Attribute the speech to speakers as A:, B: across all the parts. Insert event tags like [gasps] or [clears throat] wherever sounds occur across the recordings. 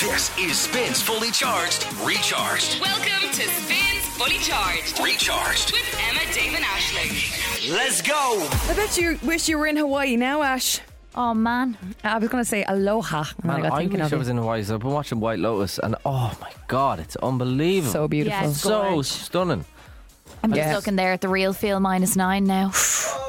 A: This is Spins Fully Charged, Recharged,
B: Welcome to Spins Fully Charged
A: Recharged.
B: with Emma Damon Ashley.
A: Let's go!
C: I bet you wish you were in Hawaii now, Ash.
D: Oh man,
C: I was going to say aloha. And then
E: Man,
C: I got
E: I
C: thinking
E: wish
C: of
E: I
C: it.
E: was in Hawaii. So I've been watching White Lotus, and oh my god, it's unbelievable.
C: so beautiful.
D: Yes.
E: so
D: gorge.
E: stunning.
D: I'm
C: Yes.
D: just looking there at the real feel minus nine now.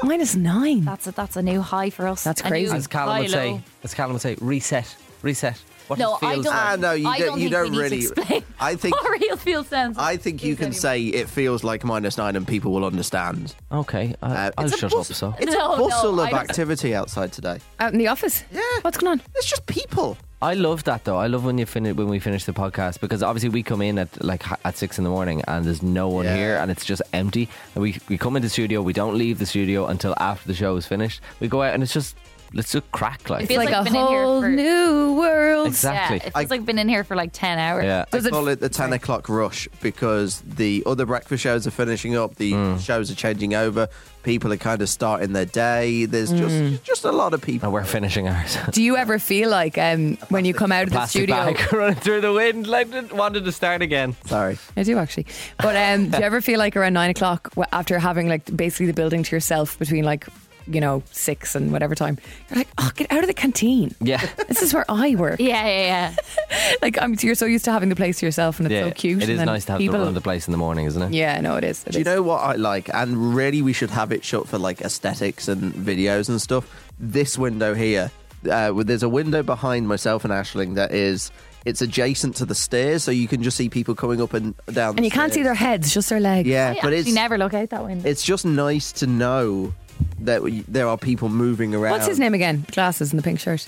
C: Minus nine.
D: That's a, that's a new high for us.
C: That's
D: A new
C: crazy.
E: As Callum
D: high
E: would say,
D: low.
E: as Callum would say, reset, reset. What
D: No,
E: it
D: I
E: feels
D: don't.
E: like.
F: Ah, no, you
D: I
F: don't-
D: don't think we
F: you don't
D: need to
F: really-
D: explain [laughs]
F: I think-
D: what real feel sounds.
F: I think you
D: is
F: can
D: anymore.
F: say it feels like minus nine and people will understand.
E: Okay, I,
F: Uh,
E: I'll
C: Oh,
F: it's a
E: shut
F: bus-
E: up. So
F: It's
D: No,
F: a
D: no,
F: bustle
D: I
F: of
D: don't-
F: activity outside today.
C: Out in the office?
F: Yeah.
C: What's going on?
F: It's just people.
E: I love that though. I love when you finish when we finish the podcast because obviously we come in at like h- at six in the morning and there's no one
F: Yeah.
E: here and it's just empty. And we we come into the studio. We don't leave the studio until after the show is finished. We go out and it's just let's just crack like
D: It feels
C: Like,
D: like, I've
C: a
D: been in here
C: whole
D: for-
C: new world.
E: exactly.
D: Yeah, it feels
F: I-
D: like I've been in here for like ten hours.
E: yeah.
C: Does
F: I
C: it-
F: call it the 10 o'clock rush because the other breakfast shows are finishing up, the
C: Hmm.
F: shows are changing over, people are kind of starting their day. There's
C: Hmm.
F: just just a lot of people.
E: and we're finishing ours. [laughs]
C: Do you ever feel like um, when you come out of the
E: Plastic
C: studio?
E: bag [laughs] running through the wind, like wanted to start again.
F: Sorry.
C: I do actually. But um, do you ever feel like around nine o'clock wh- after having like basically the building to yourself between like, you know, six and whatever time, you're like, oh, get out of the canteen. [laughs]
E: Yeah.
C: This is where I work.
D: yeah, yeah, yeah.
C: Like, I'm, you're so used to having the place to yourself and it's
E: yeah,
C: so cute.
E: It
C: and
E: is
C: then
E: nice to have
C: people,
E: the run of the place in the morning, isn't it?
C: Yeah, no, it is. It
F: Do you
C: is.
F: know what I like? And really, we should have it shut for like aesthetics and videos and stuff. This window here, uh, with- there's a window behind myself and Ashling that is it's adjacent to the stairs, so you can just see people coming up and down. the
C: and you can't see
F: stairs.
C: their heads, just their legs.
F: Yeah,
D: I
F: but
D: actually
F: it's
D: never look out that window.
F: it's just nice to know that we- there are people moving around.
C: What's
E: um,
C: his name again? Glasses and the pink shirt.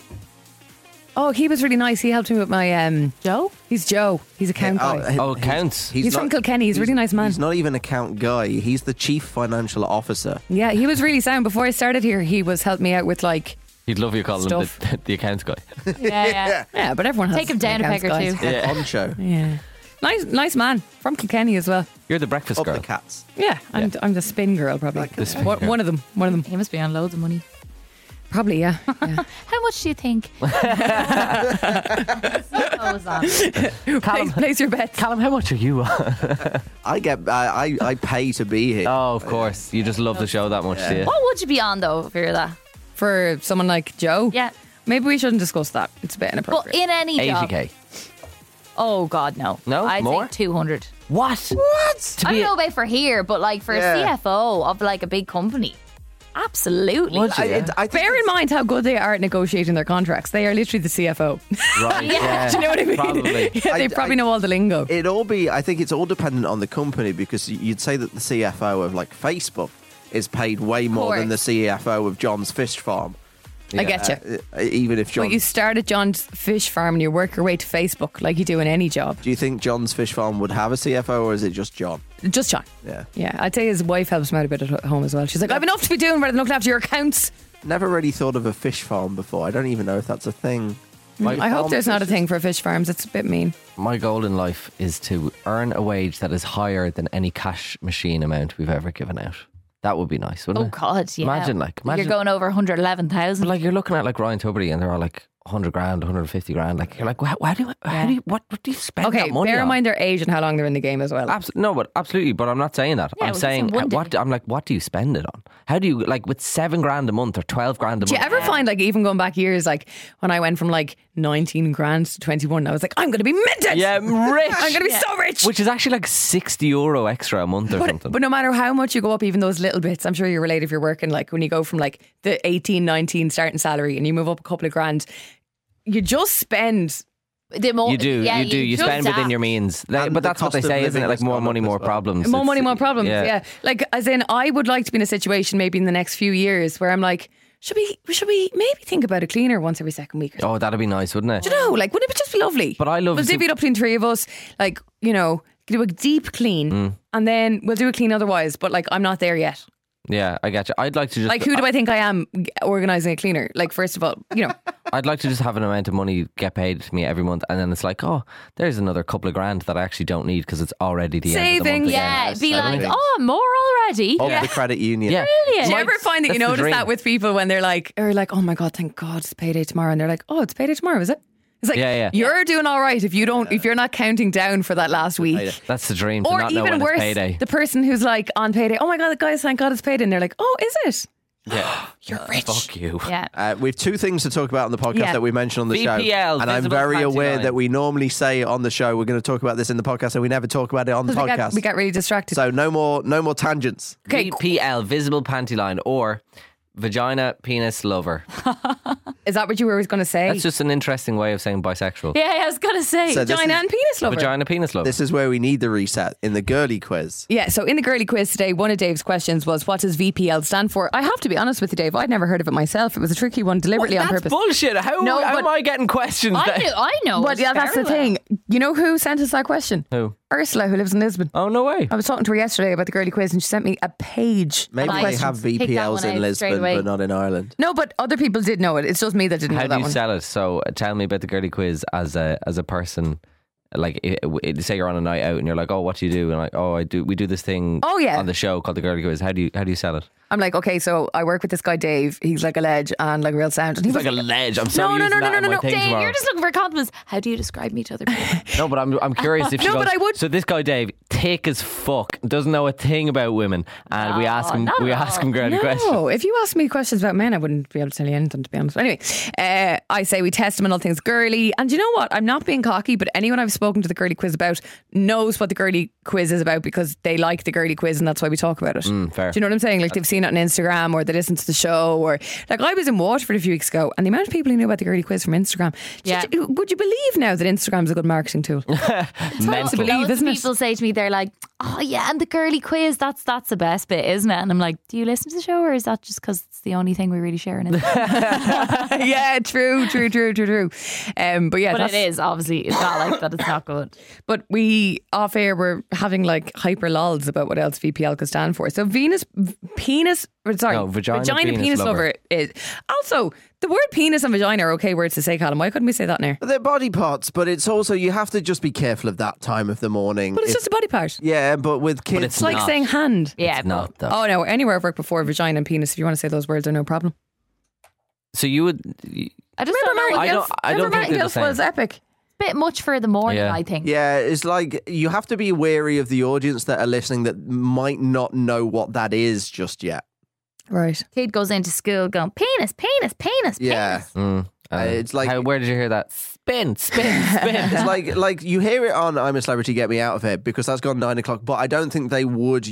C: Oh, he was really nice. He helped me with my. Um,
D: Joe.
C: he's Joe. He's a count guy.
E: Oh, it counts.
C: He's from Kilkenny. He's a really nice man.
F: He's not even a count guy. He's the chief financial officer.
C: yeah, he was really sound. Before I started here, he was helped me out with like.
E: He'd love you calling him [laughs]
C: Stuff.
E: the, the accounts
C: [laughs]
E: guy.
D: Yeah,
F: [laughs]
D: yeah.
C: Yeah, but everyone has
D: Take him down a
C: accounts,
D: peg or
C: guys.
D: two.
F: Yeah. Honcho.
C: [laughs] Yeah, nice, nice man from Kilkenny as well.
E: You're the breakfast
F: Up
E: girl.
F: the cats.
C: Yeah, I'm, I'm the spin girl probably.
E: spin
C: one,
E: girl.
C: one of them. One of them.
D: He must be on loads of money.
C: Probably. Yeah. yeah.
D: How much do you
E: [laughs]
D: think? [laughs] Goes on.
C: [laughs] [laughs] place, place your bet.
E: Callum, how much are you
C: [laughs]
E: on?
F: I get. I, I I pay to be here.
E: Oh, of course. You just love the show that much, do you?
D: What would you be on though if you're that?
C: for someone like Joe.
D: Yeah.
C: Maybe we shouldn't discuss that. It's a bit
D: But
C: inappropriate.
D: in any job.
E: 80k.
D: Oh God, no.
E: No?
D: I'd
E: More?
D: say two hundred.
E: What? What?
D: I don't know about for here, but like for
F: Yeah.
D: a CFO of like a big company, absolutely.
E: Would
F: I,
E: you?
F: it, I think
C: Bear in mind how good they are at negotiating their contracts. They are literally the CFO.
E: Right, yeah.
C: [laughs] Do you know what I mean?
E: Probably.
C: Yeah, [laughs] they
F: I-
C: probably
F: I-
C: know all the lingo.
F: It all be. I think it's all dependent on the company because you'd say that the CFO of like Facebook is paid way more than the
D: course.
F: CFO of John's Fish Farm,
C: I get you.
F: uh, even if John.
C: but you start at John's fish farm and you work your way to Facebook like you do in any job.
F: do you think John's Fish Farm would have a CFO or is it just John?
C: Just John.
F: Yeah.
C: Yeah. I'd say his wife helps him out a bit at home as well. She's like, I've enough to be doing rather than looking after your accounts.
F: Never really thought of a fish farm before. I don't even know if that's a thing.
C: I hope there's not a thing for fish farms. It's a bit mean.
E: My goal in life is to earn a wage that is higher than any cash machine amount we've ever given out. That would be nice, wouldn't
D: Oh
E: it?
D: God, yeah.
E: Imagine, like, imagine-
D: you're going over one hundred eleven thousand.
E: But like you're looking at like Ryan Tuberty and they're all like 100 grand, 150 grand. Like you're like, how, how do you, how do you, what, what do you spend
C: Okay,
E: that money
C: bear
E: on?
C: in mind their age and how long they're in the game as well.
E: Abs- no, but absolutely. But I'm not saying that.
D: Yeah,
E: I'm
D: well, just
E: saying
D: in one
E: uh, what
D: day.
E: I'm like. What do you spend it on? How do you like with seven grand a month or twelve grand a
C: Do you
E: month?
C: ever find like even going back years, like when I went from like 19 grand to 21, I was like, I'm going to be minted.
E: yeah, I'm rich.
C: [laughs] I'm going to be so rich.
E: Which is actually like sixty euro extra a month or something.
C: but no matter how much you go up, even those little bits, I'm sure you're related if you're working, like when you go from like the 18, 19 starting salary and you move up a couple of grand, you just spend.
D: The more-
E: you do,
D: yeah,
E: you do, you
D: just
E: spend within
D: that.
E: your means.
F: And
E: but
F: the
E: that's what they
F: cost of
E: say, isn't
F: living
E: it? Like
F: has
E: more
F: gone up
E: money,
F: as
E: more
F: well.
E: problems.
C: More
E: It's-
C: money, more problems. Yeah. Like, as in, I would like to be in a situation maybe in the next few years where I'm like, should we, should we maybe think about a cleaner once every second week or
E: Oh, that'd be nice, wouldn't it?
C: Do you know, like, wouldn't it just be lovely?
E: But I love
C: We'll
E: to-
C: divvy it up between three of us. Like, you know, do a deep clean,
E: Mm.
C: and then we'll do a clean otherwise. But like, I'm not there yet.
E: Yeah, I get you. I'd like to just
C: Like, who do I think I am organizing a cleaner? Like, first of all, you
D: [laughs]
C: know,
E: I'd like to just have an amount of money get paid to me every month, and then it's like, oh, there's another couple of grand that I actually don't need because it's already the end of the month.
C: Savings.
E: again.
D: Yeah,
F: Yes,
D: be
F: I
D: like,
F: think.
D: oh, more already.
F: Of
D: Yeah.
F: Oh, the credit union.
E: Yeah.
C: do
D: Brilliant.
C: you ever find that you
E: that's the
C: notice
E: dream.
C: that with people when they're like, or like, oh my god, thank God it's payday tomorrow, and they're like, oh, it's payday tomorrow, is it? It's like
E: Yeah, yeah.
C: you're doing all right if you don't if you're not counting down for that last week.
E: That's the dream. To
C: Or
E: not know
C: even
E: when
C: worse,
E: it's payday.
C: the person who's like on payday, oh my god, guys, thank God it's payday, and they're like, oh, is it?
E: yeah. You're rich. Fuck you.
D: Yeah.
F: Uh, we have two things to talk about on the podcast
C: Yeah.
F: that we mentioned on the show,
E: VPL,
F: and I'm
E: Visible
F: very
E: Panty
F: aware
E: Line.
F: that we normally say on the show we're going to talk about this in the podcast, and we never talk about it on the
C: 'Cause We
F: podcast.
C: got, we got really distracted.
F: so no more, no more tangents.
C: okay,
E: VPL, visible panty line, or vagina penis lover.
C: is that what you were going to say?
E: That's just an interesting way of saying bisexual.
D: Yeah, I was gonna say.
F: So this
C: Vagina
F: is,
C: and penis lover.
E: Vagina penis lover.
F: this is where we need the reset in the girly quiz.
C: Yeah, so in the girly quiz today, one of Dave's questions was, What does VPL stand for? I have to be honest with you, Dave. I'd never heard of it myself. It was a tricky one deliberately
E: That's
C: on purpose.
E: bullshit. How,
C: No,
E: how
C: but-
E: am I getting questions?
D: I
E: then?
D: knew. I know.
C: but
D: it
C: yeah, that's the
D: very well.
C: thing. You know who sent us that question?
E: Who?
C: Ursula, who lives in Lisbon.
E: Oh, no way.
C: I was talking to her yesterday about the girly quiz and she sent me a page.
F: Maybe
D: Like-
F: they have
D: Pick that
F: VPLs
D: one
F: in
D: out straight
F: Lisbon,
D: away.
F: but not in Ireland.
C: No, but other people did know it. It's just me that didn't
E: How
C: know that
E: do you
C: one.
E: sell it? So uh, tell me about the girly quiz as a as a person. Like, i i- say you're on a night out and you're like, oh, what do you do? And like, oh, I do. We do this thing.
C: Oh, yeah.
E: On the show called the girly quiz. How do you how do you sell it?
C: I'm like, okay, so I work with this guy, Dave. He's like a ledge and like real sound. And he
E: It's
C: was
E: like a ledge. I'm so
C: No, no,
E: using
C: no,
E: that
C: no,
E: in
C: no,
E: my
C: no.
E: thing
D: Dave,
E: tomorrow.
D: you're just looking for compliments. How do you describe me to other people?
E: No, but I'm I'm curious
C: [laughs]
E: if she
C: No,
E: goes,
C: but I would-
E: So this guy Dave, thick as fuck, doesn't know a thing about women, and we ask him
D: not
E: we
D: at
E: ask him girly
C: no,
E: questions.
C: if you asked me questions about men, I wouldn't be able to tell you anything, to be honest. Anyway, uh, I say we test them on all things girly. And you know what? I'm not being cocky, but anyone I've spoken to the girly quiz about knows what the girly quiz is about because they like the girly quiz and that's why we talk about it.
E: Mm, fair.
C: Do you know what I'm saying? Like they've seen it on Instagram or they listen to the show or like I was in Waterford a few weeks ago and the amount of people who knew about the girly quiz from Instagram.
D: Yeah.
C: Did you- would you believe now that Instagram's a good
E: [laughs]
C: marketing tool?
E: Mental.
C: to believe,
D: Loads of
C: isn't it?
D: people say to me, they're like, "Oh yeah, and the girly quiz. That's that's the best bit, isn't it?" And I'm like, "Do you listen to the show, or is that just because it's the only thing we really share?" In it?
C: [laughs] yeah, true, true, true, true, true. Um, but yeah,
D: but
C: that's,
D: it is obviously. It's not like that. It's not good.
C: But we off air were having like hyper lols about what else VPL could stand for. So Venus v- penis or sorry,
E: No, vagina penis
C: lover
E: lover.
C: is also the word penis and vagina are okay words to say, Colin. Why couldn't we say that in there?
F: But they're body parts, but it's also you have to just be careful of that time of the morning.
C: But it's
F: If-
C: just a body part.
F: yeah, but with kids,
E: it's
C: It's like
E: not.
C: saying hand.
D: Yeah, but-
E: Not though.
C: Oh no, anywhere I've worked before, vagina and penis, if you want to say those words are no problem.
E: So you would
D: I just
C: Remember
D: don't know.
C: Martin
E: I
D: It's
E: don't-
C: Gilf-
E: I don't
C: remember
E: think
C: Martin
E: they're
C: Gilf
E: the
C: was
E: same.
C: epic.
D: a bit much for the morning.
E: Yeah.
D: I think.
F: Yeah, it's like you have to be wary of the audience that are listening that might not know what that is just yet.
C: Right.
D: Kid goes into school going penis, penis, penis,
F: Yeah. Mm.
D: penis.
E: [laughs] Uh,
F: it's like-
E: how, where did you hear that? Spin,
C: [laughs]
E: spin, spin.
F: It's like like you hear it on "I'm a Celebrity, Get Me Out of Here" because that's gone nine o'clock. But I don't think they would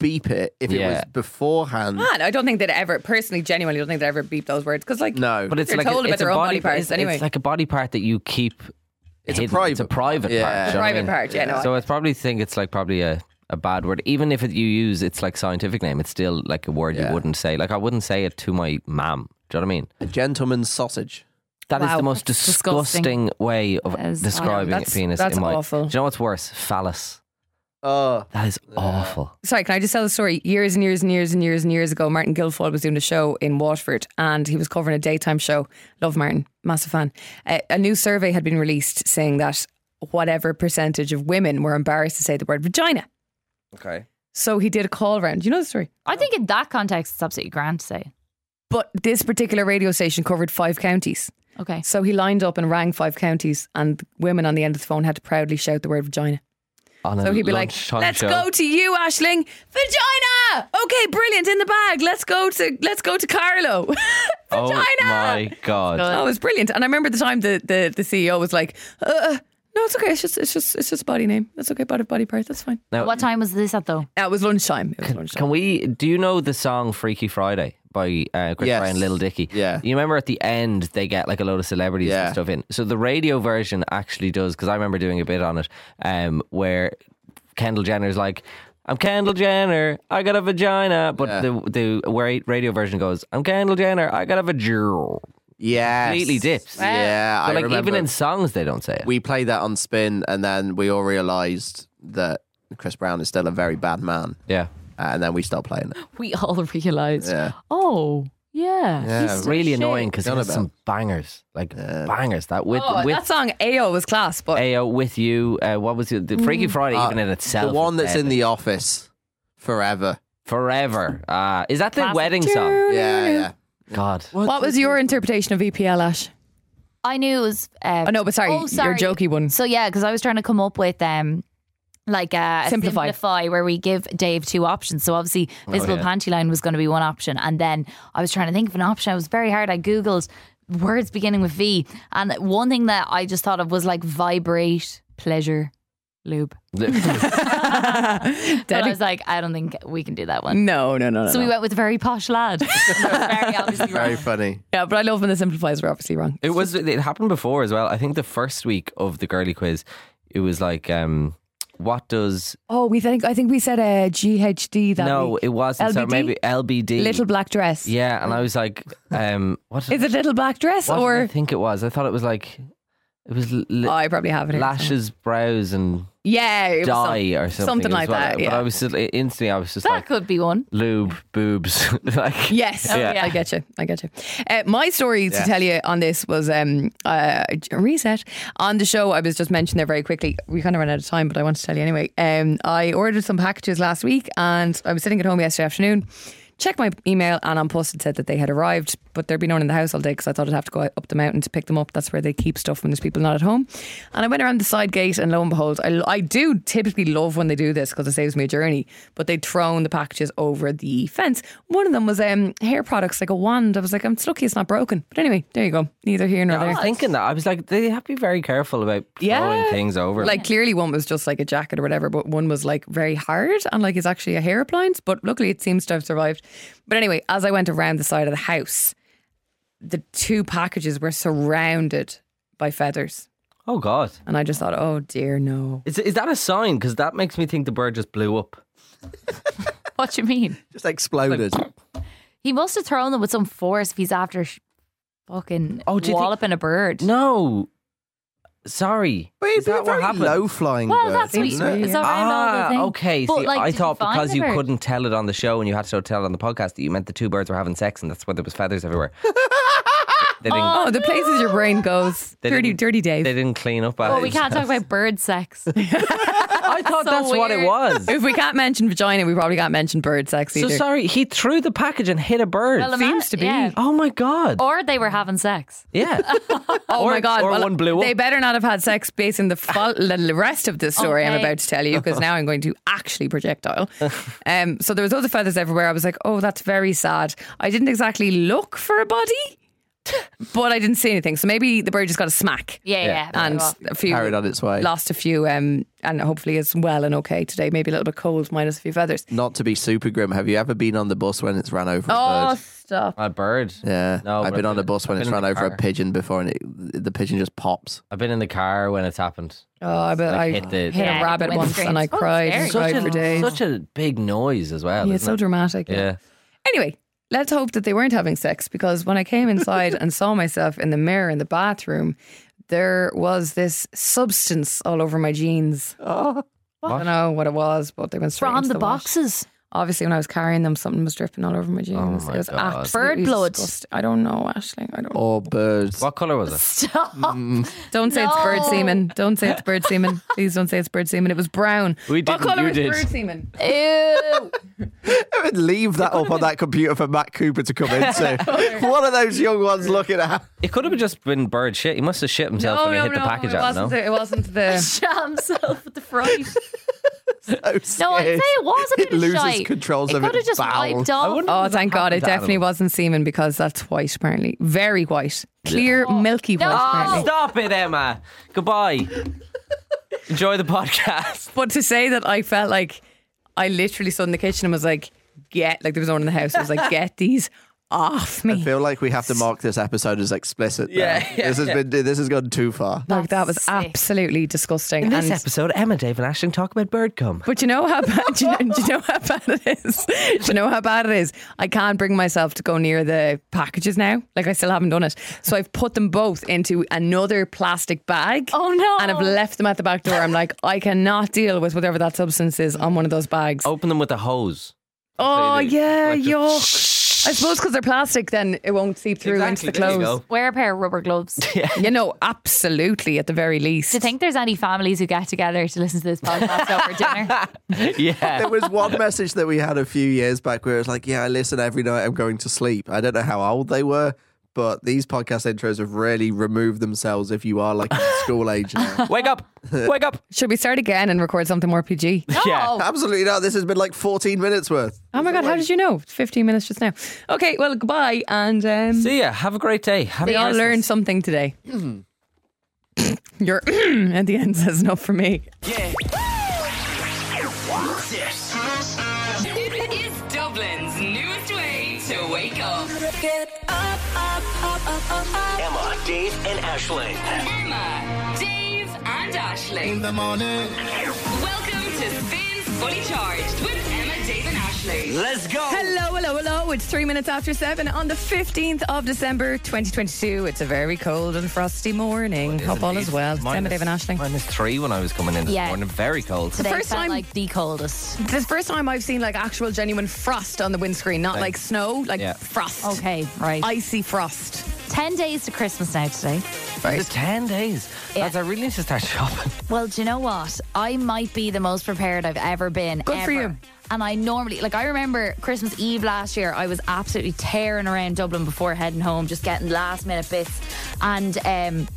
F: beep it if it was
E: Yeah.
F: beforehand.
C: Man, I don't think they'd ever personally, genuinely, don't think they'd ever beep those words because, like,
F: No.
E: but it's
C: They're
E: like
C: told about
E: it's
C: their
E: a
C: own
E: body,
C: body parts
E: it's,
C: anyway.
E: It's like a body part that you keep.
F: It's a
E: hidden. It's a
F: private-
E: private
F: yeah.
E: part. do you know what I
C: Private
E: mean?
C: part, yeah, no,
E: so I probably think it's like probably a. A bad word, even if it, you use it's like scientific name, it's still like a word
F: Yeah.
E: you wouldn't say. Like I wouldn't say it to my mom. Do you know what I mean?
F: a gentleman's sausage.
E: That is
D: Wow.
E: the most
D: That's
E: disgusting, way of
D: That is-
E: describing
C: That's-
E: a penis.
C: that's
E: in my,
C: awful.
E: Do you know what's worse? Phallus.
F: Oh,
E: That is awful.
C: sorry, can I just tell the story? Years and years and years and years and years ago, Martin Guilfoyle was doing a show in Waterford and he was covering a daytime show. Love Martin, massive fan. Uh, a new survey had been released saying that whatever percentage of women were embarrassed to say the word vagina.
E: Okay.
C: So he did a call round. You know the story?
D: I think in that context, it's absolutely grand to say.
C: But this particular radio station covered five counties.
D: Okay.
C: So he lined up and rang five counties, and women on the end of the phone had to proudly shout the word vagina.
E: On
C: So
E: a
C: he'd be like,
E: lunchtime
C: "Let's
E: show.
C: go to you, Ashling. Vagina. Okay, brilliant in the bag. Let's go to let's go to Carlo. [laughs] Vagina.
E: Oh my god!
C: Oh, it was brilliant. And I remember the time the the, the CEO was like, uh, "No, it's okay. It's just it's just it's just a body name. That's okay. Body body part. That's fine."
E: Now,
D: What time was this at though?
C: That was lunchtime. It was lunchtime.
E: Can we? Do you know the song "Freaky Friday" by uh, Chris
F: Yes.
E: Brown and Little Dicky?
F: Yeah.
E: You remember at the end they get like a load of celebrities
F: Yeah.
E: and stuff in. So the radio version actually does because I remember doing a bit on it, um, where Kendall Jenner's like. I'm Kendall Jenner. I got a vagina, but
F: Yeah.
E: the the where radio version goes. I'm Kendall Jenner. I got a vagina.
F: yeah,
E: Completely dips.
F: Yeah,
E: So
F: I
E: like
F: remember.
E: even in songs they don't say it.
F: we played that on spin, and then we all realised that Chris Brown is still a very bad man,
E: yeah.
F: and then we stopped playing it.
D: We all realised.
F: Yeah.
D: Oh, yeah.
F: Yeah.
D: he's
E: It's really
D: shit.
E: annoying because
F: Not
E: there's
F: about-
E: some bangers, like bangers that with
C: Oh,
E: with
C: that song AO was class, but
E: Ayo with you. Uh, what was it? The Freaky Friday, even in itself,
F: Mm. Uh,
E: uh,
F: the one
E: is
F: that's in
E: epic.
F: the office forever.
E: forever. Uh, is that the
D: Classic.
E: wedding song?
F: Yeah, yeah.
E: God,
C: what was your interpretation of EPL E Ash?
D: I knew it was. Uh,
C: Oh, no, but sorry,
D: oh,
C: your
D: sorry.
C: jokey one.
D: So yeah, because I was trying to come up with um, like uh, a a
C: Simplify.
D: simplify. where we give Dave two options. So obviously, visible
E: Oh, yeah.
D: panty line was going to be one option, and then I was trying to think of an option. It was very hard. I googled words beginning with V, and one thing that I just thought of was like vibrate, pleasure, lube. But I was like, I don't think we can do that one.
C: No, no, no, no.
D: So we
C: no.
D: went with a very posh
E: [laughs]
D: lad. very obviously
F: Very
D: wrong.
F: funny.
C: yeah, but I love when the simplifiers are obviously wrong.
E: [laughs] It was. It happened before as well. I think the first week of the girly quiz, it was like, um, what does
C: Oh, we think I think we said uh, a GHD that
E: no?
C: week.
E: It wasn't. So
C: LBD?
E: maybe LBD.
C: little black dress.
E: Yeah, and I was like, um, what did-
C: Is it little black dress
E: what did I
C: or
E: think it was. I thought it was like, it was l-
C: oh, I probably have it. here somewhere.
E: lashes, brows, and
C: Yeah, it was
E: dye
C: some-
E: or something. as
C: something like
E: well.
C: that,
E: But
C: yeah.
E: I was still, instantly. I was just
D: That
E: like
D: could be one.
E: lube, boobs, [laughs] like
C: Yes,
E: Yeah.
D: yeah.
C: I get you. I get you. Uh, my story to
F: Yeah.
C: tell you on this was um, uh, a reset on the show. I was just mentioned there very quickly. We kind of ran out of time, but I want to tell you anyway. Um, I ordered some packages last week, and I was sitting at home yesterday afternoon. Checked my email, and on post it said that they had arrived, but there'd be no one in the house all day because I thought I'd have to go up the mountain to pick them up. That's where they keep stuff when there's people not at home. And I went around the side gate, and lo and behold, I, I do typically love when they do this because it saves me a journey. But they'd thrown the packages over the fence. One of them was um, hair products, like a wand. I was like, I'm just lucky it's not broken. But anyway, there you go. Neither here nor
E: I was
C: there.
E: thinking that I was like, they have to be very careful about
C: Yeah.
E: throwing things over.
C: Like clearly one was just like a jacket or whatever, but one was like very hard and like it's actually a hair appliance. But luckily it seems to have survived. But anyway, as I went around the side of the house, the two packages were surrounded by feathers.
E: oh god,
C: And I just thought, oh dear no.
E: is is that a sign? Because that makes me think the bird just blew up.
D: [laughs] What do you mean?
F: Just exploded.
D: He must have thrown them with some force if he's after sh- fucking
E: Oh, do you think-
D: walloping a bird.
E: No, sorry,
F: But it'd
E: is
F: be
E: that
F: a
E: what
F: very
E: happened?
F: low flying
D: Well,
F: bird.
D: that's what
F: isn't
D: you-
F: it?
D: it's all right and all the
E: Ah,
D: thing.
E: okay.
D: But,
E: See,
D: like,
E: I
D: did you
E: thought
D: find
E: because
D: the
E: you
D: bird?
E: couldn't tell it on the show and you had to tell it on the podcast that you meant the two birds were having sex and that's where there was feathers [laughs] everywhere. they didn't.
C: Oh, the places your brain goes.
E: They
C: dirty,
E: didn't-
C: dirty Dave.
E: They didn't clean up.
D: Well, we
E: [laughs]
D: can't talk about bird sex.
E: I thought
D: so
E: that's what it
D: weird.
E: was.
C: if we can't mention vagina, we probably can't mention bird sex
E: so
C: either.
E: sorry. He threw the package and hit a bird.
D: Well,
C: Seems to be.
D: yeah.
E: oh my god.
D: Or they were having sex.
E: [laughs] yeah.
C: oh
E: or-
C: my god!
E: or one blew up.
C: They better not have had sex
E: [laughs]
C: based on the, fol- the rest of the story I'm
D: Okay.
C: about to tell you because now I'm going to
E: [laughs]
C: actually projectile. um, so there was other feathers everywhere. I was like, oh, that's very sad. I didn't exactly look for a body, but I didn't see anything. So maybe the bird just got a smack.
D: Yeah, yeah.
C: and
D: well,
C: a few
F: Carried on its way.
C: Lost a few, um, and hopefully it's well and okay today. Maybe a little bit cold, minus a few feathers.
E: Mm,
F: Not to be super grim. Have you ever been on the bus when it's ran over a
C: Oh,
F: bird?
C: stop!
E: A bird.
F: Yeah,
E: No,
F: I've
E: but
F: been
E: I've
F: on a
E: been-
F: bus when
E: I've
F: it's
E: been in
F: run
E: the
F: over a
E: car.
F: pigeon before, and it, the pigeon just pops.
E: I've been in the car when it's happened.
C: Oh, I bet
E: Like
C: I
E: hit
C: hit,
E: the-
C: a
D: Yeah, hit
C: rabbit
D: the
C: once
D: windscreen.
C: and I
D: Oh,
C: cried,
D: scary.
C: cried
E: a,
C: for days.
E: such a big noise as well.
C: yeah, it's
E: isn't
C: so
E: it?
C: dramatic.
E: Yeah.
C: Anyway, let's hope that they weren't having sex because when I came inside and saw myself in the mirror in the bathroom, there was this substance all over my jeans.
E: Oh.
C: I don't know what it was, but they went straight
D: From
C: into
D: the
C: wash.
D: boxes.
C: Obviously, when I was carrying them, something was dripping all over my jeans.
E: Oh my
C: it was
E: God. Oh.
C: absolutely
D: Bird blood.
C: disgusting. I don't know, Ashling. I don't. know.
F: Or birds.
E: What color was it?
D: Stop.
C: Don't say it's bird
D: No.
C: semen. Don't say it's bird
E: [laughs]
C: semen. Please don't say it's bird semen. It was brown.
E: We
C: What
E: didn't,
C: color
E: you
C: is
E: did.
C: bird semen?
D: Ew.
F: Leave that up on that computer for Matt Cooper to come into. One of those young ones looking at.
E: It could have just been bird shit. He must have shit himself when he hit the package
C: Oh, it
E: out. No.
C: wasn't. The, it
E: [laughs]
C: wasn't the.
D: Shot himself with the fright.
F: No,
D: No, I'd say it was a bit
F: It loses
D: of shite.
F: controls
D: It
F: of
D: could have
F: its
D: just
F: bowels.
D: wiped
E: I
D: off.
E: wonder
C: Oh,
E: if it
C: thank God! It
E: happened to
C: definitely
E: animals.
C: wasn't semen because that's white, apparently. Very white, clear, milky white,
D: Oh, No.
C: apparently.
E: Stop it, Emma. Goodbye. Enjoy the podcast.
C: But to say that I felt like I literally stood in the kitchen and was like, "Get!" Like there was no one in the house. I was like, "Get these off me!"
F: I feel like we have to mark this episode as explicit. now.
E: Yeah, yeah,
F: this has been this has gone too far.
C: like that was
D: That's sick.
C: absolutely disgusting.
E: In this
C: and
E: episode, Emma, Dave, and Ashton talk about bird cum.
C: But you know how bad [laughs] do you know, do you know how bad it is. Do you know how bad it is. I can't bring myself to go near the packages now. Like I still haven't done it. So I've put them both into another plastic bag.
D: Oh, no.
C: And I've left them at the back door. I'm like, I cannot deal with whatever that substance is on one of those bags. Oh,
E: Open them with a hose. They do.
C: yeah,
E: Like just-
C: yuck. I suppose because they're plastic, then it won't seep through
E: Exactly,
C: into the
E: there you
C: clothes.
E: go.
D: Wear a pair of rubber gloves. Do
C: You, know, absolutely, at the very least.
D: you think there's any families who get together to listen to this podcast over [laughs] dinner?
E: Yeah.
F: There was one message that we had a few years back where it was like, "Yeah, I listen every night. I'm going to sleep." I don't know how old they were, But these podcast intros have really removed themselves if you are like school age now.
E: Wake up! Wake up!
C: Should we start again and record something more PG?
E: Yeah.
F: Absolutely not. This has been like 14 minutes worth.
C: Oh my god, how did you know? 15 minutes just now. Okay, well, goodbye. And um,
E: See ya. Have a great day. Have
C: we all learned something today. Your [clears throat] at the end says no for me.
A: Yeah. This
B: It's Dublin's newest way to wake up.
A: Emma, Dave, and Ashling.
B: Emma, Dave, and Ashling. In the morning. Welcome to Spins Fully Charged with Emma, Dave, and Ashling.
A: Let's go.
C: Hello, hello, hello. It's three minutes after seven on the 15th of December, 2022. It's a very cold and frosty morning. Hope all is well. It's Emma, Dave and Ashley.
E: Minus three when I was coming in this
D: Yeah.
E: morning. Very cold.
D: Today
C: First
D: felt
C: time-
D: like the coldest.
C: This is the first time I've seen like actual genuine frost on the windscreen, not like snow, like
E: Yeah.
C: frost.
D: Okay, right.
C: Icy frost.
D: Ten days to Christmas now today.
E: It's ten days.
D: Yeah.
E: Lads, I really need to start [laughs] shopping.
D: Well, do you know what? I might be the most prepared I've ever been.
C: Good for
D: ever.
C: you.
D: And I normally, like, I remember Christmas Eve last year, I was absolutely tearing around Dublin before heading home, just getting last minute bits. And, um,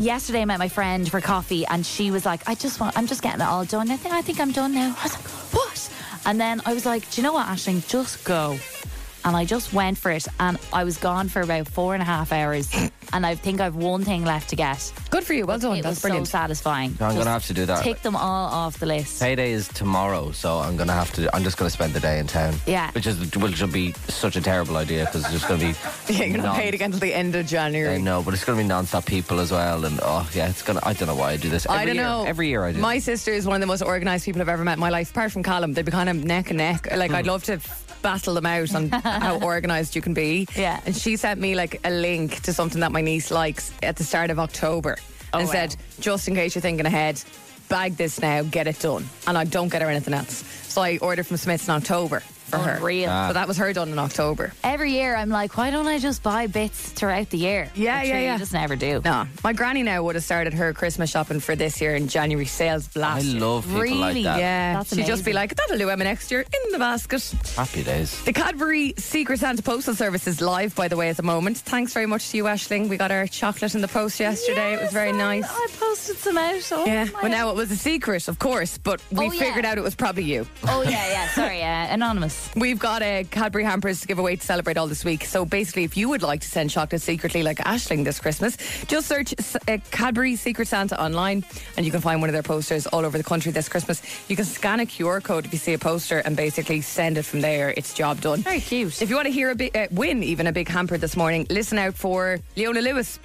D: Yesterday, I met my friend for coffee, and she was like, "I just want, I'm just getting it all done. I think, I think I'm done now." I was like, "What?" And then I was like, "Do you know what, Ashling? Just go." And I just went for it, and I was gone for about four and a half
C: [coughs]
D: hours, and I think I've one thing left to get.
C: Good for you. Well done.
D: It
C: Oh, That's
D: was
C: brilliant.
D: so satisfying.
E: I'm
D: Just
E: gonna have to do that.
D: Take them all off the list.
E: Payday is tomorrow, so I'm gonna have to. I'm just gonna spend the day in town.
D: Yeah.
E: which is which will be such a terrible idea because it's just gonna be.
C: [laughs] yeah, [laughs] you're
E: non-
C: not paid again until the end of January.
E: I know, but it's gonna be non-stop people as well, and oh yeah, it's gonna. I don't know why I do this. Every
C: I don't
E: year,
C: know.
E: Every year I do.
C: My
E: this.
C: sister is one of the most organised people I've ever met in my life, apart from Callum. They'd be kind of neck and neck. Like,
E: Hmm.
C: I'd love to battle them out
E: [laughs]
C: on how organised you can be.
D: Yeah.
C: And she sent me like a link to something that my niece likes at the start of October
E: Oh,
C: and
D: wow.
C: said, just in case you're thinking ahead, bag this now, get it done. And I don't get her anything else. So I ordered from Smith's in October for
E: Oh,
D: Unreal.
C: her.
E: Ah.
C: So that was her done in October.
D: Every year, I'm like, why don't I just buy bits throughout the year?
C: Yeah,
D: Like,
C: yeah,
D: sure,
C: yeah.
D: You just never do.
C: No, Ah, my granny now would have started her Christmas shopping for this year in January sales
E: I
C: last year.
E: love people like
D: Really?
E: that.
C: Yeah,
D: That's
C: she'd just be
D: amazing.
C: like, "That'll do, Emma, next year in the basket."
E: Happy days.
C: The Cadbury Secret Santa Postal Service is live, by the way, at the moment. Thanks very much to you, Ashling. We got our chocolate in the post yesterday. it was
D: Yes,
C: very
D: I-
C: nice.
D: I posted some out. Oh,
C: yeah.
D: my-
C: Well, now it was a secret, of course, but we
D: Oh, yeah.
C: figured out it was probably you.
D: oh yeah, yeah. Sorry, uh, anonymous.
C: We've got a Cadbury hampers to give away to celebrate all this week. So basically, if you would like to send chocolate secretly like Ashling this Christmas, just search S- uh, Cadbury Secret Santa online and you can find one of their posters all over the country this Christmas. You can scan a QR code if you see a poster and basically send it from there. It's job done.
D: Very cute.
C: If you want to hear a big uh, win, even a big hamper this morning, listen out for Leona Lewis.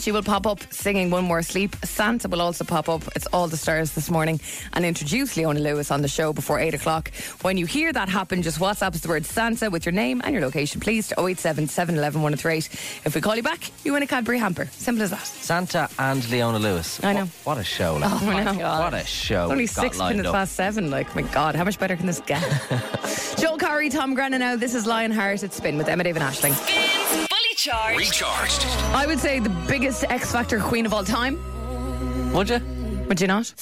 C: She will pop up singing One More Sleep. Santa will also pop up. It's all the stars this morning and introduce Leona Lewis on the show before 8 o'clock. When you hear that happen, just WhatsApp us the word Santa with your name and your location, please, to 087 711 1038. If we call you back, you win a Cadbury hamper. Simple as that.
E: Santa and Leona Lewis. Wha-
C: I know. Oh
E: What, a show. Like.
C: I know.
E: What a show.
C: Only
E: we've got
C: six
E: lined
C: minutes
E: up.
C: past seven. Like, my God, how much better can this
E: [laughs]
C: get? Joel Curry, Tom Grennan now. This is Lionheart. It's Spin with Emma David Ashling.
B: Spins Fully Charged.
A: Recharged.
C: I would say the biggest X Factor queen of all time.
E: Would you?
C: Would you not?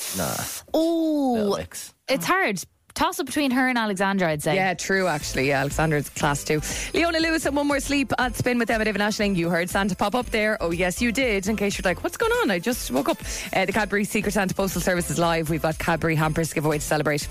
D: Oh,
E: Mix.
D: it's hard. Toss up between her and Alexandra, I'd say.
C: Yeah, true, actually. Yeah, Alexander's class too. Leona Lewis and One More Sleep at Spin with Emma David Ashling. You heard Santa pop up there. Oh, yes, you did. In case you're like, what's going on? I just woke up. Uh, the Cadbury Secret Santa Postal Service is live. We've got Cadbury hampers to give away to celebrate.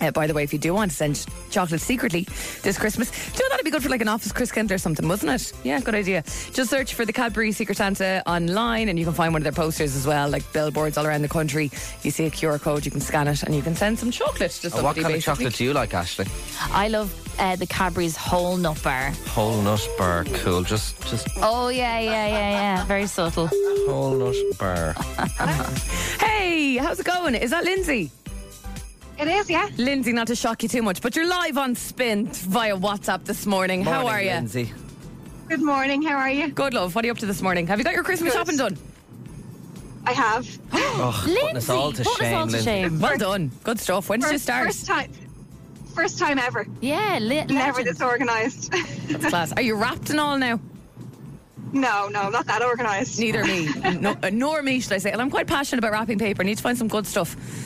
C: Uh, by the way, if you do want to send chocolate secretly this Christmas, do you know that'd be good for like an office Chris Kindle or something, wasn't it? Yeah, good idea. Just search for the Cadbury Secret Santa online and you can find one of their posters as well, like billboards all around the country. You see a QR code, you can scan it and you can send some chocolate to somebody.
E: Oh, What kind of
C: basically.
E: chocolate do you like, Ashley?
D: I love uh, the Cadbury's whole nut bar.
E: Whole nut bar. Cool. Just, just
D: Oh yeah, yeah, yeah, yeah. Very subtle.
E: whole nut bar.
C: Hey, how's it going? Is that Lindsay?
G: It is, yeah.
C: Lindsay, not to shock you too much, but you're live on Spin via WhatsApp this morning. How
E: Morning,
C: are you?
E: Lindsay.
G: Good morning. How are you?
C: Good love. What are you up to this morning? Have you got your Christmas
G: Good.
C: shopping done?
G: I have.
E: Oh, putting us
D: Lindsay,
E: all to
D: putting us
E: shame,
D: all to
E: Lindsay.
D: shame.
C: Well done. Good stuff. When did you
G: First,
C: start?
G: first time. First time ever.
D: Yeah, li-
G: Never
D: legend.
H: [laughs]
G: this organised.
C: Class. Are you wrapped and all now?
G: no, no, not that organised.
C: Neither me, no, uh, nor me, should I say. And I'm quite passionate about wrapping paper. I need to find some good stuff.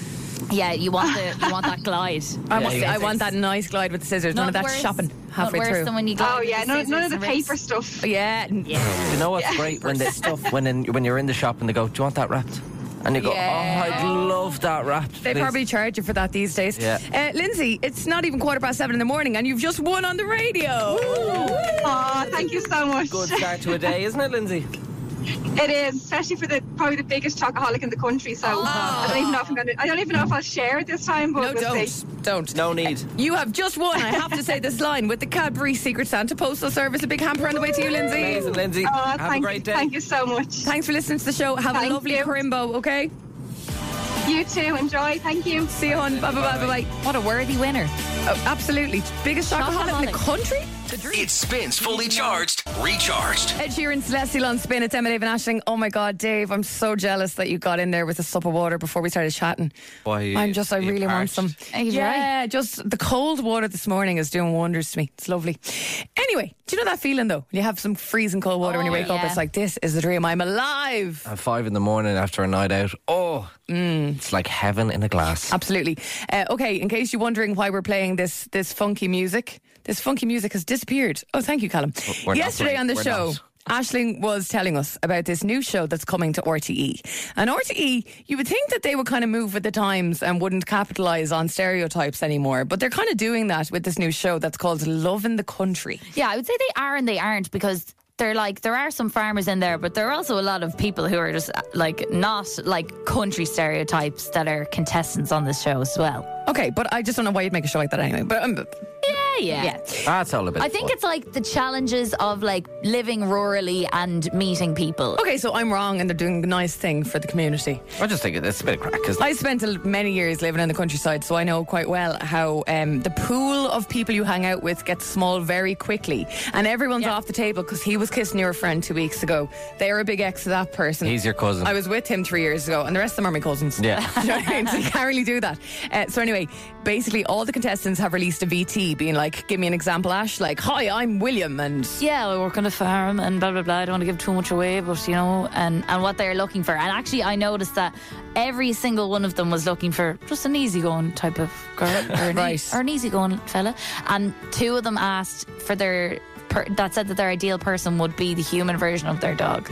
D: Yeah, you want the you want that glide.
C: [laughs] I, want,
I: you
C: I
I: got
C: want that nice glide with the scissors. None, of that
D: worse-
C: shopping halfway
D: not worse
C: through.
D: Than when you glide
H: Oh
D: with
H: yeah, none, none of
D: scissors
H: the
D: and rips.
H: paper stuff.
C: yeah,
D: Yeah.
I: You know what's great when they stuff when in, when you're in the shop and they go, "Do you want that wrapped?" And you go,
C: Yeah.
I: "Oh, I'd love that wrapped."
C: They
I: please."
C: probably charge you for that these days.
I: Yeah.
C: Uh, Lindsay, it's not even quarter past seven in the morning, and you've just won on the radio.
H: Aw, thank you so much.
I: good start to a day, isn't it, Lindsay?
H: [laughs] It is, especially for the probably the biggest chocoholic in the country. So I don't even know if I'm gonna. I don't even know if I'll share it this time.
C: No,
H: But we'll see.
C: don't. Don't.
I: No need.
C: You have just won, I have to say this line, with the Cadbury Secret Santa Postal Service. A big hamper on the way to you, Lindsay.
I: Amazing, Lindsay.
H: Aw,
I: Have a
H: thank
I: great
H: you,
I: day.
H: Thank you so much.
C: Thanks for listening to the show. Have
H: Thank
C: a lovely
H: you.
C: crimbo, okay?
H: You too. Enjoy. Thank you.
C: See you on. Bye bye bye bye bye.
D: What a worthy winner.
C: Oh, absolutely. Biggest chocoholic in the country? The dream.
A: It spins fully charged, recharged.
C: Ed Sheeran, Celestial on spin. It's Emma, Dave, and Ashling. Oh my God, Dave, I'm so jealous that you got in there with a sup of water before we started chatting.
I: Why,
C: I'm just, I
I: you
C: really want
I: parched?
C: some.
D: Are you dry?
C: Yeah, just the cold water this morning is doing wonders to me. It's lovely. Anyway, do you know that feeling though? When you have some freezing cold water when you
D: Oh,
C: wake up,
D: yeah.
C: it's like, this is the dream. I'm alive.
I: At five in the morning after a night out. Oh, it's like heaven in a glass.
C: Absolutely. Uh, okay, in case you're wondering why we're playing this this funky music, this funky music has disappeared. Oh, thank you, Callum.
I: we're not,
C: Yesterday
I: we're-
C: on the
I: we're
C: show.
I: not.
C: Ashling was telling us about this new show that's coming to RTE. And RTE, you would think that they would kind of move with the times and wouldn't capitalize on stereotypes anymore, but they're kind of doing that with this new show that's called Love in the Country.
D: Yeah, I would say they are and they aren't because they're like there are some farmers in there, but there are also a lot of people who are just uh, like not like country stereotypes that are contestants on this show as well.
C: Okay, but I just don't know why you'd make a show like that anyway. But um,
D: Yeah, yeah.
I: That's all a bit.
D: I
I: of
D: think
I: fun.
D: it's like the challenges of like living rurally and meeting people.
C: okay, so I'm wrong and they're doing a nice thing for the community.
I: I just think it's a bit of crack, isn't it?
C: I spent a- many years living in the countryside, so I know quite well how um, the pool of people you hang out with gets small very quickly, and everyone's off the table because he was kissing your friend two weeks ago. They're a big ex to that person.
I: He's your cousin.
C: I was with him three years ago, and the rest of them are my cousins.
I: Yeah.
C: [laughs] you know what I mean? So you can't really do that. Uh, so anyway, basically, all the contestants have released a VT, being like, "Give me an example, Ash." Like, "Hi, I'm William," and
D: Yeah, I work on a farm and blah blah blah. I don't want to give too much away, but you know, and and what they're looking for. And actually, I noticed that every single one of them was looking for just an easygoing type of girl, or an, e-,
C: Right.
D: or an easygoing fella. And two of them asked for their per, that said that their ideal person would be the human version of their dog.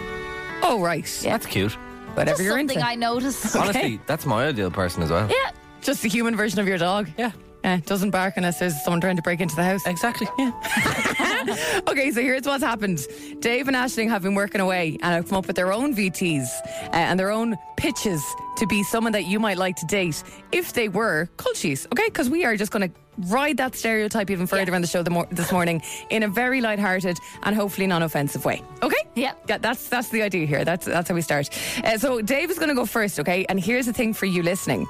C: "Oh, right,
I: That's cute.
C: whatever
D: Just
C: you're
D: something
C: into."
D: I noticed.
I: Honestly, that's my ideal person as well.
D: [laughs] yeah,
C: Just the human version of your dog.
I: Yeah.
C: Yeah, doesn't bark unless there's someone trying to break into the house.
I: Exactly. Yeah.
C: Okay, so here's what's happened. Dave and Ashling have been working away and have come up with their own VTs uh, and their own pitches to be someone that you might like to date if they were culties, okay? Because we are just going to ride that stereotype even further on the show the mor- this morning in a very light-hearted and hopefully non-offensive way, okay?
D: Yeah.
C: Yeah, that's that's the idea here. That's that's how we start. Uh, so Dave is going to go first, okay? And here's the thing for you listening: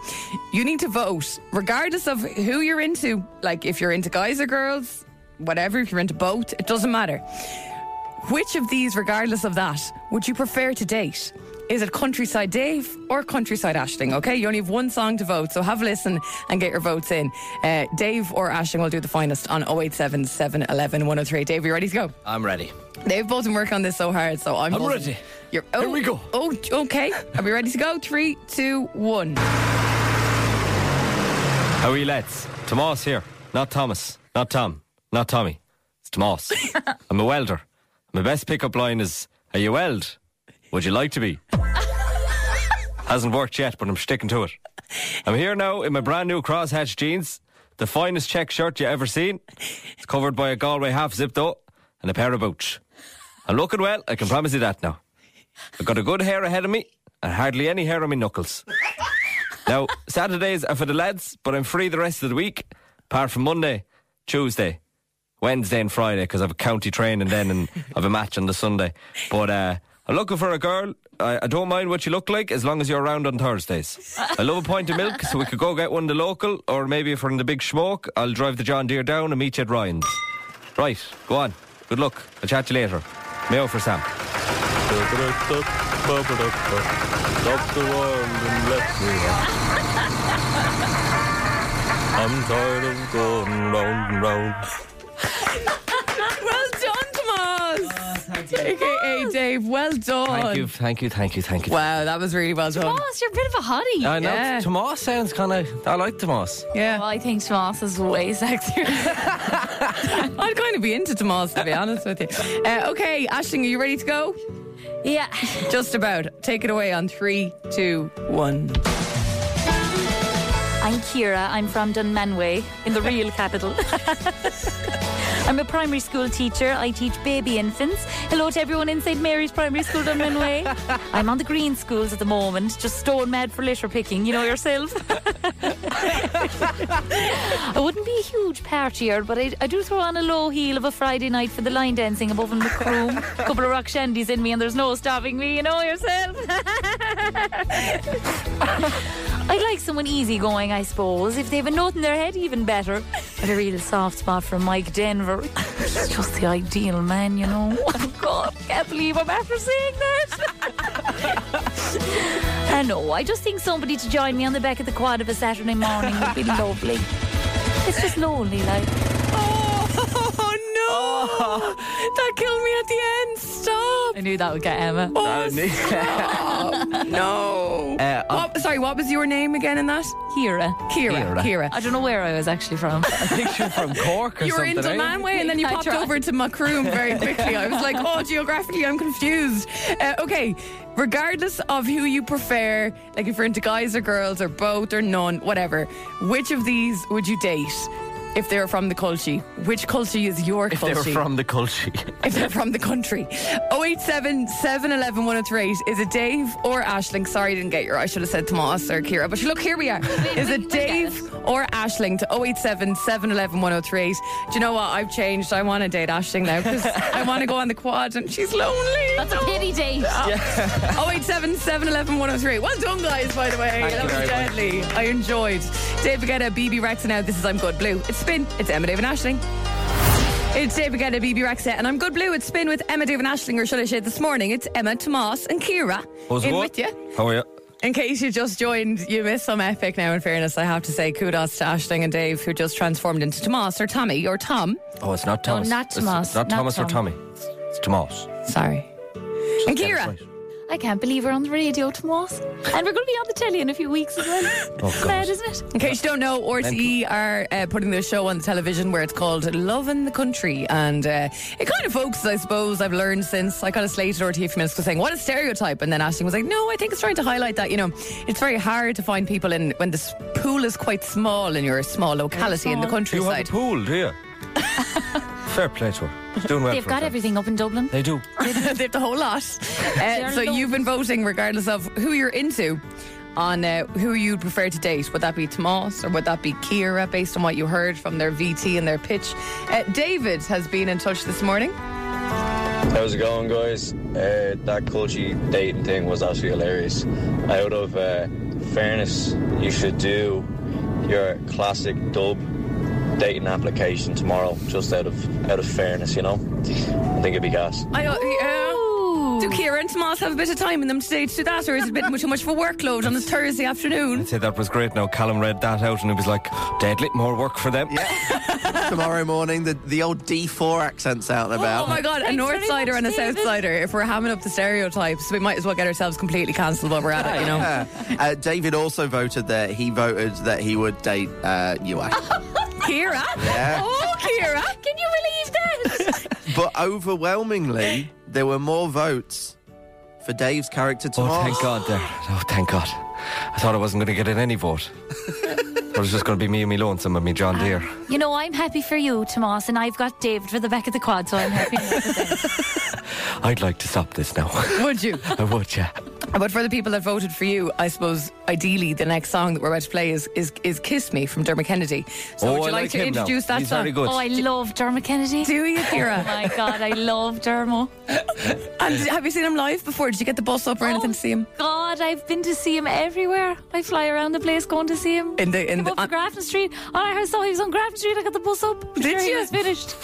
C: you need to vote, regardless of who you're into. Like if you're into guys or girls, whatever. If you're into both, it doesn't matter. Which of these, regardless of that, would you prefer to date? Is it Countryside Dave or Countryside Ashling? Okay, you only have one song to vote, so have a listen and get your votes in. Uh, Dave or Ashling will do the finest on 087 711 103. Dave, you ready to go?
I: I'm ready.
C: They've both been working on this so hard, so I'm.
I: I'm
C: buzzing.
I: ready.
C: You're, oh,
I: Here we go.
C: Oh, okay. Are we ready to go? Three, two, one.
I: How are you, lads? Tomas here. Not Thomas. Not Tom. Not Tommy. It's Tomas. I'm a welder. My best pickup line is Are you weld? Would you like to be? Hasn't worked yet, but I'm sticking to it. I'm here now in my brand new crosshatch jeans, the finest check shirt you ever seen. It's covered by a Galway half zip though, and a pair of boots. I'm looking well, I can promise you that now. I've got a good hair ahead of me, and hardly any hair on my knuckles. Now, Saturdays are for the lads, but I'm free the rest of the week, apart from Monday, Tuesday, Wednesday, and Friday, because I have a county training then and I have a match on the Sunday. But uh, I'm looking for a girl. I, I don't mind what you look like as long as you're around on Thursdays. I love a pint of milk, so we could go get one the local, or maybe if we're in the big smoke, I'll drive the John Deere down and meet you at Ryan's. Right, go on. Good luck. I'll chat to you later. Mayo for Sam.
J: Uh,
K: Stop the world and let me out. I'm tired of going round and round.
C: Well done, Tomas.
I: Thank you.
C: AKA Dave. Well done.
I: Thank you, thank you, thank you, thank you.
C: Wow, that was really well done.
D: Tomas, you're a bit of a hottie.
I: I know
C: Yeah.
I: Tomas sounds kind of. I like Tomas.
D: well,
C: Yeah.
D: Oh, I think Tomas is way sexier.
C: I'd kind of be into Tomas, to be honest with you. [laughs] Uh, okay, Ashling, are you ready to go?
D: yeah.
C: Just about. Take it away on three, two, one.
D: I'm Kira. I'm from Dunmanway in the real capital. [laughs] I'm a primary school teacher. I teach baby infants. Hello to everyone in St Mary's Primary School, Dunmanway. I'm on the green schools at the moment, just stone mad for litter picking, you know yourself. [laughs] I wouldn't be a huge partier, but I, I do throw on a low heel of a Friday night for the line dancing above in the room. A couple of rock shandies in me, and there's no stopping me, you know yourself. I like someone easygoing, I suppose. If they have a note in their head, even better. But a real soft spot for Mike Denver. He's just the ideal man, you know. [laughs] Oh, God, can't believe I'm after saying that. [laughs] I know. I just think somebody to join me on the back of the quad of a Saturday morning would be lovely. It's just lonely, like.
C: Oh, no. Oh, [laughs] That killed me at the end. Stop. Oh,
D: I knew that would get Emma.
C: No.
I: Uh, I-
C: What- sorry, what was your name again in that?
D: Kira.
C: Kira.
I: Kira.
C: Kira.
D: I don't know where I was actually from.
I: I think you're from Cork or
C: You were
I: something.
C: in
I: eh?
C: Dunmanway and then you
D: I
C: popped
D: tried.
C: over to
I: [laughs]
C: Macroom very quickly. I was like, oh, geographically, I'm confused. Uh, okay, regardless of who you prefer, like if you're into guys or girls or both or none, whatever, which of these would you date if they were from the culture? Which culture is your
I: If they
C: culture?
I: were from the [laughs] culture.
C: if they're from the country. 087 711 103. Is it Dave or Ashling? Sorry, I didn't get your. I should have said Tomas or Kira. But look, here we are.
D: [laughs] we-
C: Is
D: we
C: it
D: get
C: Dave
D: it.
C: or Ashling to 087 711 103? Do you know what? I've changed. I want to date Ashling now because I want to go on the quad and she's lonely.
D: That's a pity date.
C: 087 711 103. Well done, guys, by the way.
I: Thank you
C: that was
I: very much.
C: deadly. I enjoyed. Dave Bagetta, BB Rex, and now this is I'm Good Blue. It's Spin. It's Emma David Ashling. It's Dave Bagetta, BB Rex, and I'm Good Blue. It's Spin with Emma David Ashling, or should I say this morning, it's Emma, Tomas, and Kira.
I: How's it
C: in
I: go?
C: with you.
I: How are you?
C: In case you just joined, you missed some epic now, in fairness. I have to say kudos to Ashling and Dave, who just transformed into Tomas or Tommy or Tom.
I: Oh, it's not Thomas.
D: not
I: It's
D: Tomas,
I: Not
D: not
I: Thomas or
D: Tom.
I: Tommy. It's Tomas.
C: Sorry. And
I: Get it
C: Kira.
I: right.
D: I can't believe we're on the radio tomorrow. And we're going to be on the telly in a few weeks as well.
I: God.
D: Mad, isn't it?
C: In case you don't know, RTE are uh, putting this show on the television where it's called Love in the Country. And uh, it kind of focuses, I suppose, I've learned since I kind of slated RTE a few minutes ago saying, what a stereotype. And then Ashton was like, no, I think it's trying to highlight that, you know, it's very hard to find people in when the s- pool is quite small in your small locality in the
I: Do you have
C: countryside.
I: a pool, do
C: [laughs]
I: you? Fair play to her. She's doing well
D: They've
I: for
D: got
I: herself.
D: everything up in Dublin.
I: They do.
C: [laughs] they have the whole lot. Uh,
D: They're
C: so
D: loved.
C: you've been voting, regardless of who you're into, on uh, who you'd prefer to date. Would that be Tomas or would that be Kira, based on what you heard from their VT and their pitch? Uh, David has been in touch this morning.
J: How's it going, guys? Uh, that culture dating thing was absolutely hilarious. Out of uh, fairness, you should do your classic dub dating application tomorrow, just out of out of fairness, you know. I think it'd be gas.
C: I, uh, do Kira and Tomas have a bit of time in them today to do that, or is it a bit too much of a workload on a Thursday afternoon?
I: Say that was great. Now Callum read that out and he was like, "Deadly, more work for them."
F: Tomorrow morning, the, the old D4 accent's out and about.
C: Oh my god, a
D: Thanks
C: north
D: very
C: sider
D: much,
C: and a south
D: David.
C: sider. If we're hamming up the stereotypes, we might as well get ourselves completely cancelled while we're at it, you know.
F: Uh, David also voted that he voted that he would date uh, you, Ash.
C: Kira?
F: Yeah.
C: [laughs] Oh, Kira.
D: Can you believe that?
F: but overwhelmingly, there were more votes for Dave's character
I: Oh,
F: tomorrow.
I: thank God! There. Oh, thank God! I thought I wasn't going to get in any vote. it was just going to be me and me lonesome and me John Deere.
D: [laughs] You know, I'm happy for you, Tomas, and I've got David for the back of the quad, so I'm happy.
C: Ah.
I: I'd like to stop this now. [laughs]
C: Would you?
I: I would, yeah.
C: But for the people that voted for you, I suppose ideally the next song that we're about to play is is, is "Kiss Me" from Dermot Kennedy. So
I: oh,
C: would you
I: I
C: like, to
I: him now.
C: introduce that
I: He's
C: song?
I: very good.
D: oh, I love Dermot Kennedy.
C: Do you,
D: Oh
I: [laughs]
C: Kira?
D: my God, I love Dermo.
C: [laughs] and have you seen him live before? Did you get the bus up or anything to see him?
D: Oh, God, I've been to see him everywhere. I fly around the place going to see him.
C: In the-
D: Came
C: in the-
D: up to
C: on-
D: Grafton Street. All I saw he was on Grafton Street. I got the bus up.
C: Did
D: sure he
C: you?
D: was
C: [laughs]
D: finished.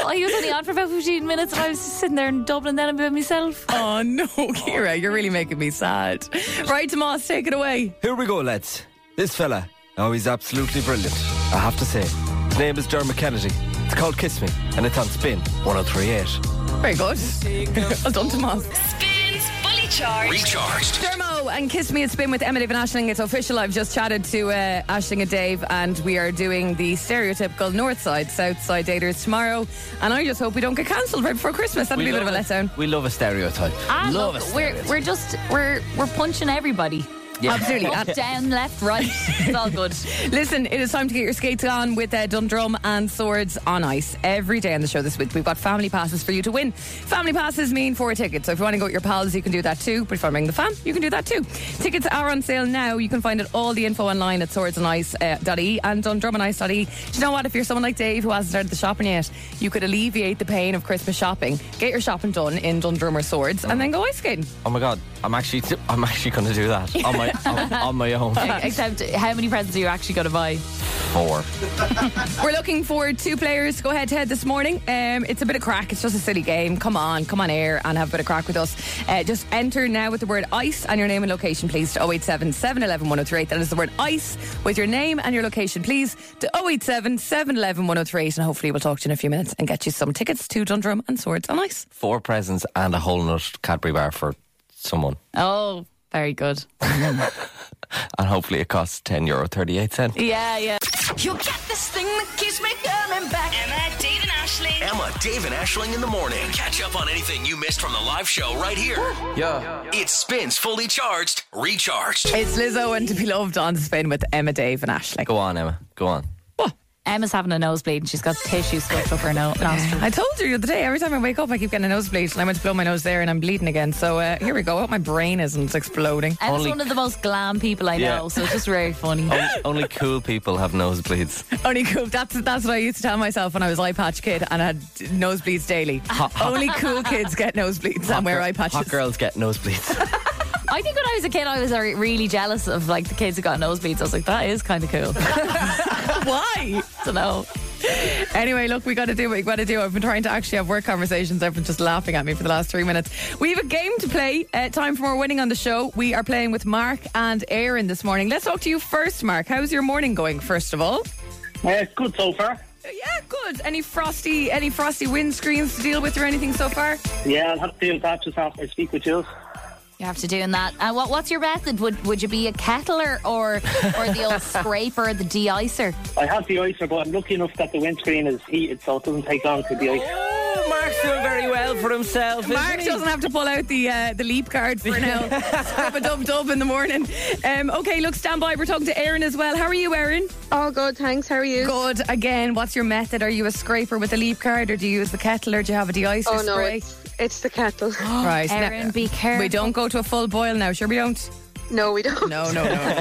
D: oh, he was only on for about 15 minutes, and I was just sitting there in Dublin then by myself.
C: [laughs] Oh no, Kira, you're really making me sad. Right, Tomas, take it away.
I: Here we go, lads. This fella, oh, he's absolutely brilliant. oh I have to say. His name is Dermot Kennedy. It's called Kiss Me, and it's on Spin 1038.
C: Very good. [laughs] well done, Tomas.
L: Spins Fully Charged.
A: Recharged.
C: Dermo and Kiss Me at Spin with Emma Dave and Ashling. It's official. I've just chatted to uh, Ashling and Dave, and we are doing the stereotypical North Side, South Side daters tomorrow. And I just hope we don't get cancelled right before Christmas. That'd be a bit of a letdown.
E: We love a stereotype.
D: Ah,
E: love a
D: look, we're,
E: stereotype.
D: we're just we're we're punching everybody.
E: Yeah.
C: Absolutely.
D: Up,
C: And-
D: down, left, [laughs] right. It's all good.
C: Listen, it is time to get your skates on with uh, Dundrum and Swords on Ice. Every day on the show this week, we've got family passes for you to win. Family passes mean four tickets. So if you want to go with your pals, you can do that too. But if you want to bring the fam, you can do that too. Tickets are on sale now. You can find out all the info online at swordsonice.e E and dundrumandice.e. Do you know what? If you're someone like Dave who hasn't started the shopping yet, you could alleviate the pain of Christmas shopping. Get your shopping done in Dundrum or Swords and then go ice skating.
I: Oh my god, I'm actually I'm actually going to do that on
E: [laughs]
I: my on, on my own.
D: Except, how many presents are you actually going to buy?
I: Four.
C: We're looking for two players to go head to head this morning. Um, it's a bit of crack. It's just a silly game. Come on, come on air and have a bit of crack with us. Uh, just enter now with the word ice and your name and location, please, to 087 711 1038. That is the word ice with your name and your location, please, to 087 711 1038. And hopefully, we'll talk to you in a few minutes and get you some tickets to Dundrum and Swords on Ice.
I: Four presents and a whole nut Cadbury bar for someone.
D: Oh, very good.
I: And hopefully it costs 10 euro 38 cent.
D: Yeah, yeah.
L: You'll get this thing that keeps me coming back. Emma, Dave, and Ashling.
A: Emma, Dave, and Ashling in the morning. Catch up on anything you missed from the live show right here.
E: Yeah.
A: It spins fully charged, recharged.
C: It's Lizzo and To Be Loved on Spin with Emma, Dave, and Ashley.
I: Go on, Emma. Go on.
D: Emma's having a nosebleed and she's got tissue stuffed up her no- nostril.
C: I told you the other day, every time I wake up, I keep getting a nosebleed, and I went to blow my nose there, and I'm bleeding again. So uh, here we go. I hope my brain isn't exploding. [laughs]
D: Emma's
I: Only-
D: one of the most glam people I know,
I: Yeah.
D: so it's just very [laughs] funny.
I: Only cool people have nosebleeds.
C: Only cool. That's that's what I used to tell myself when I was eye patch kid and I had nosebleeds daily. Only cool kids get nosebleeds and wear eye patches.
I: Hot girls get nosebleeds.
D: I think when I was a kid, I was re- really jealous of like the kids who got nosebleeds. I was like, that is kind of [laughs] cool.
C: Why?
D: don't know.
C: Anyway, look, we got to do what we got to do. I've been trying to actually have work conversations. Everyone's just laughing at me for the last three minutes. We have a game to play. Uh, time for more winning on the show. We are playing with Mark and Aaron this morning. Let's talk to you first, Mark. How's your morning going? First of all,
M: Yeah,
C: Uh,
M: it's Uh, good so far.
C: yeah, good. Any frosty, any frosty windscreens to deal with or anything so far?
M: Yeah, I'll have to deal with that just after I speak with you.
D: You have to doing that. And what, what's your method? Would would you be a kettler or or the [laughs] old scraper, the de-icer?
M: I have the icer, but I'm lucky enough that the windscreen is heated, so it doesn't take long to de-ice.
I: oh, Mark's doing very well for himself. isn't
C: Mark
I: he?
C: doesn't have to pull out the uh, the leap card for now. Scrub a dub dub in the morning. Um, okay, look, stand by. We're talking to Erin as well. How are you, Erin?
H: Oh, good. Thanks. How are you?
C: Good. Again, what's your method? Are you a scraper with a leap card, or do you use the kettle, or do you have a de-icer
H: Oh no,
C: spray?
H: it's, it's the kettle.
C: [gasps] Right,
D: Erin,
C: now-
D: be careful.
C: We don't go to a full boil now. Sure, we don't.
H: No, we don't.
C: No, no, no.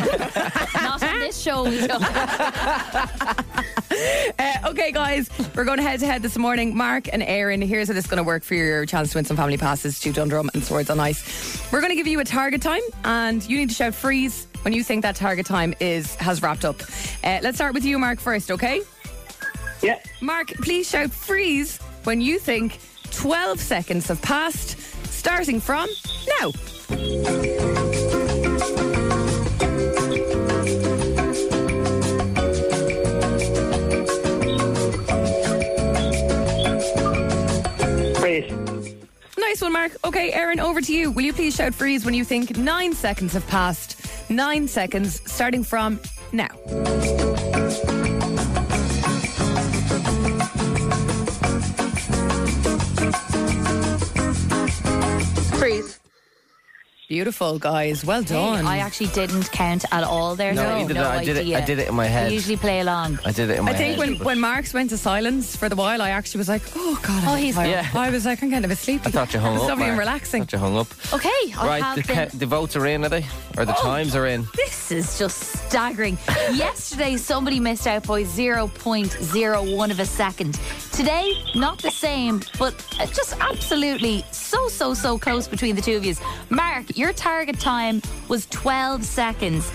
D: Not on this show. [laughs] We don't.
C: uh, [laughs] okay, guys, we're going head to head this morning. Mark and Erin, here's how this is going to work for your chance to win some family passes to Dundrum and Swords on Ice. We're going to give you a target time, and you need to shout freeze when you think that target time is has wrapped up. Uh, let's start with you, Mark, first, okay?
M: Yeah,
C: Mark, please shout freeze when you think 12 seconds have passed, starting from now.
M: great.
C: Nice one, Mark. Okay, Aaron, over to you. Will you please shout freeze when you think nine seconds have passed? Nine seconds, starting from now.
H: Freeze.
C: Beautiful, guys. Well done.
D: I actually didn't count at all there.
I: No,
D: so
I: neither
D: no
I: did I. I did it-
D: idea.
I: I did it in my head.
D: I usually play along.
I: I did it in my
C: I think
I: head,
C: when,
I: but-
C: when Mark's went to silence for the while, I actually was like, oh, God. I'm
D: Oh, he's-
C: tired.
I: Yeah.
C: I was like, I'm kind of asleep.
I: I thought you hung
C: It's
I: up.
C: lovely and
I: Mark.
C: relaxing.
I: thought you hung up.
D: Okay, I
I: Right,
D: have
I: the,
D: been.
I: ca- the votes are in, are they? Or
C: Oh,
I: the times are in?
D: This is just
I: [laughs]
D: staggering. Yesterday, somebody missed out by 0.01 of a second. Today, not the same, but uh, just absolutely so, so, so close between the two of you. Mark, your target time was 12 seconds.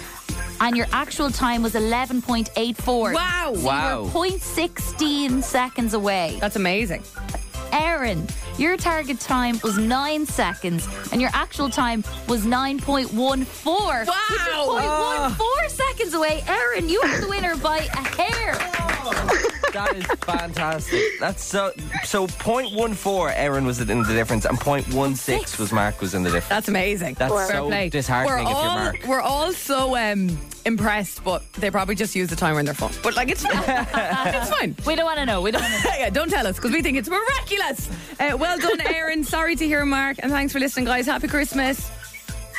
D: And your actual time was 11.84.
C: Wow.
D: So
I: Wow.
D: You were 0.16 seconds away.
C: That's amazing.
D: Aaron, your target time was nine seconds, and your actual time was nine point one four.
C: Wow.
D: which
L: Uh.
D: is 0.14 seconds away. Aaron, you are the winner by a hair.
E: That is fantastic. That's so. So 0.14 Erin was in the difference, and 0.16 was Mark was in the difference.
C: That's amazing.
E: That's so disheartening
C: We're
E: if you're
C: all,
E: Mark.
C: We're all so um, impressed, but they probably just use the timer in their phone. But like,
E: [laughs]
C: it's fine. it's fine.
D: We don't want to know. We don't.
C: yeah, don't tell us because we think it's miraculous. Uh, well done, Aaron. Sorry to hear, Mark, and thanks for listening, guys. Happy Christmas.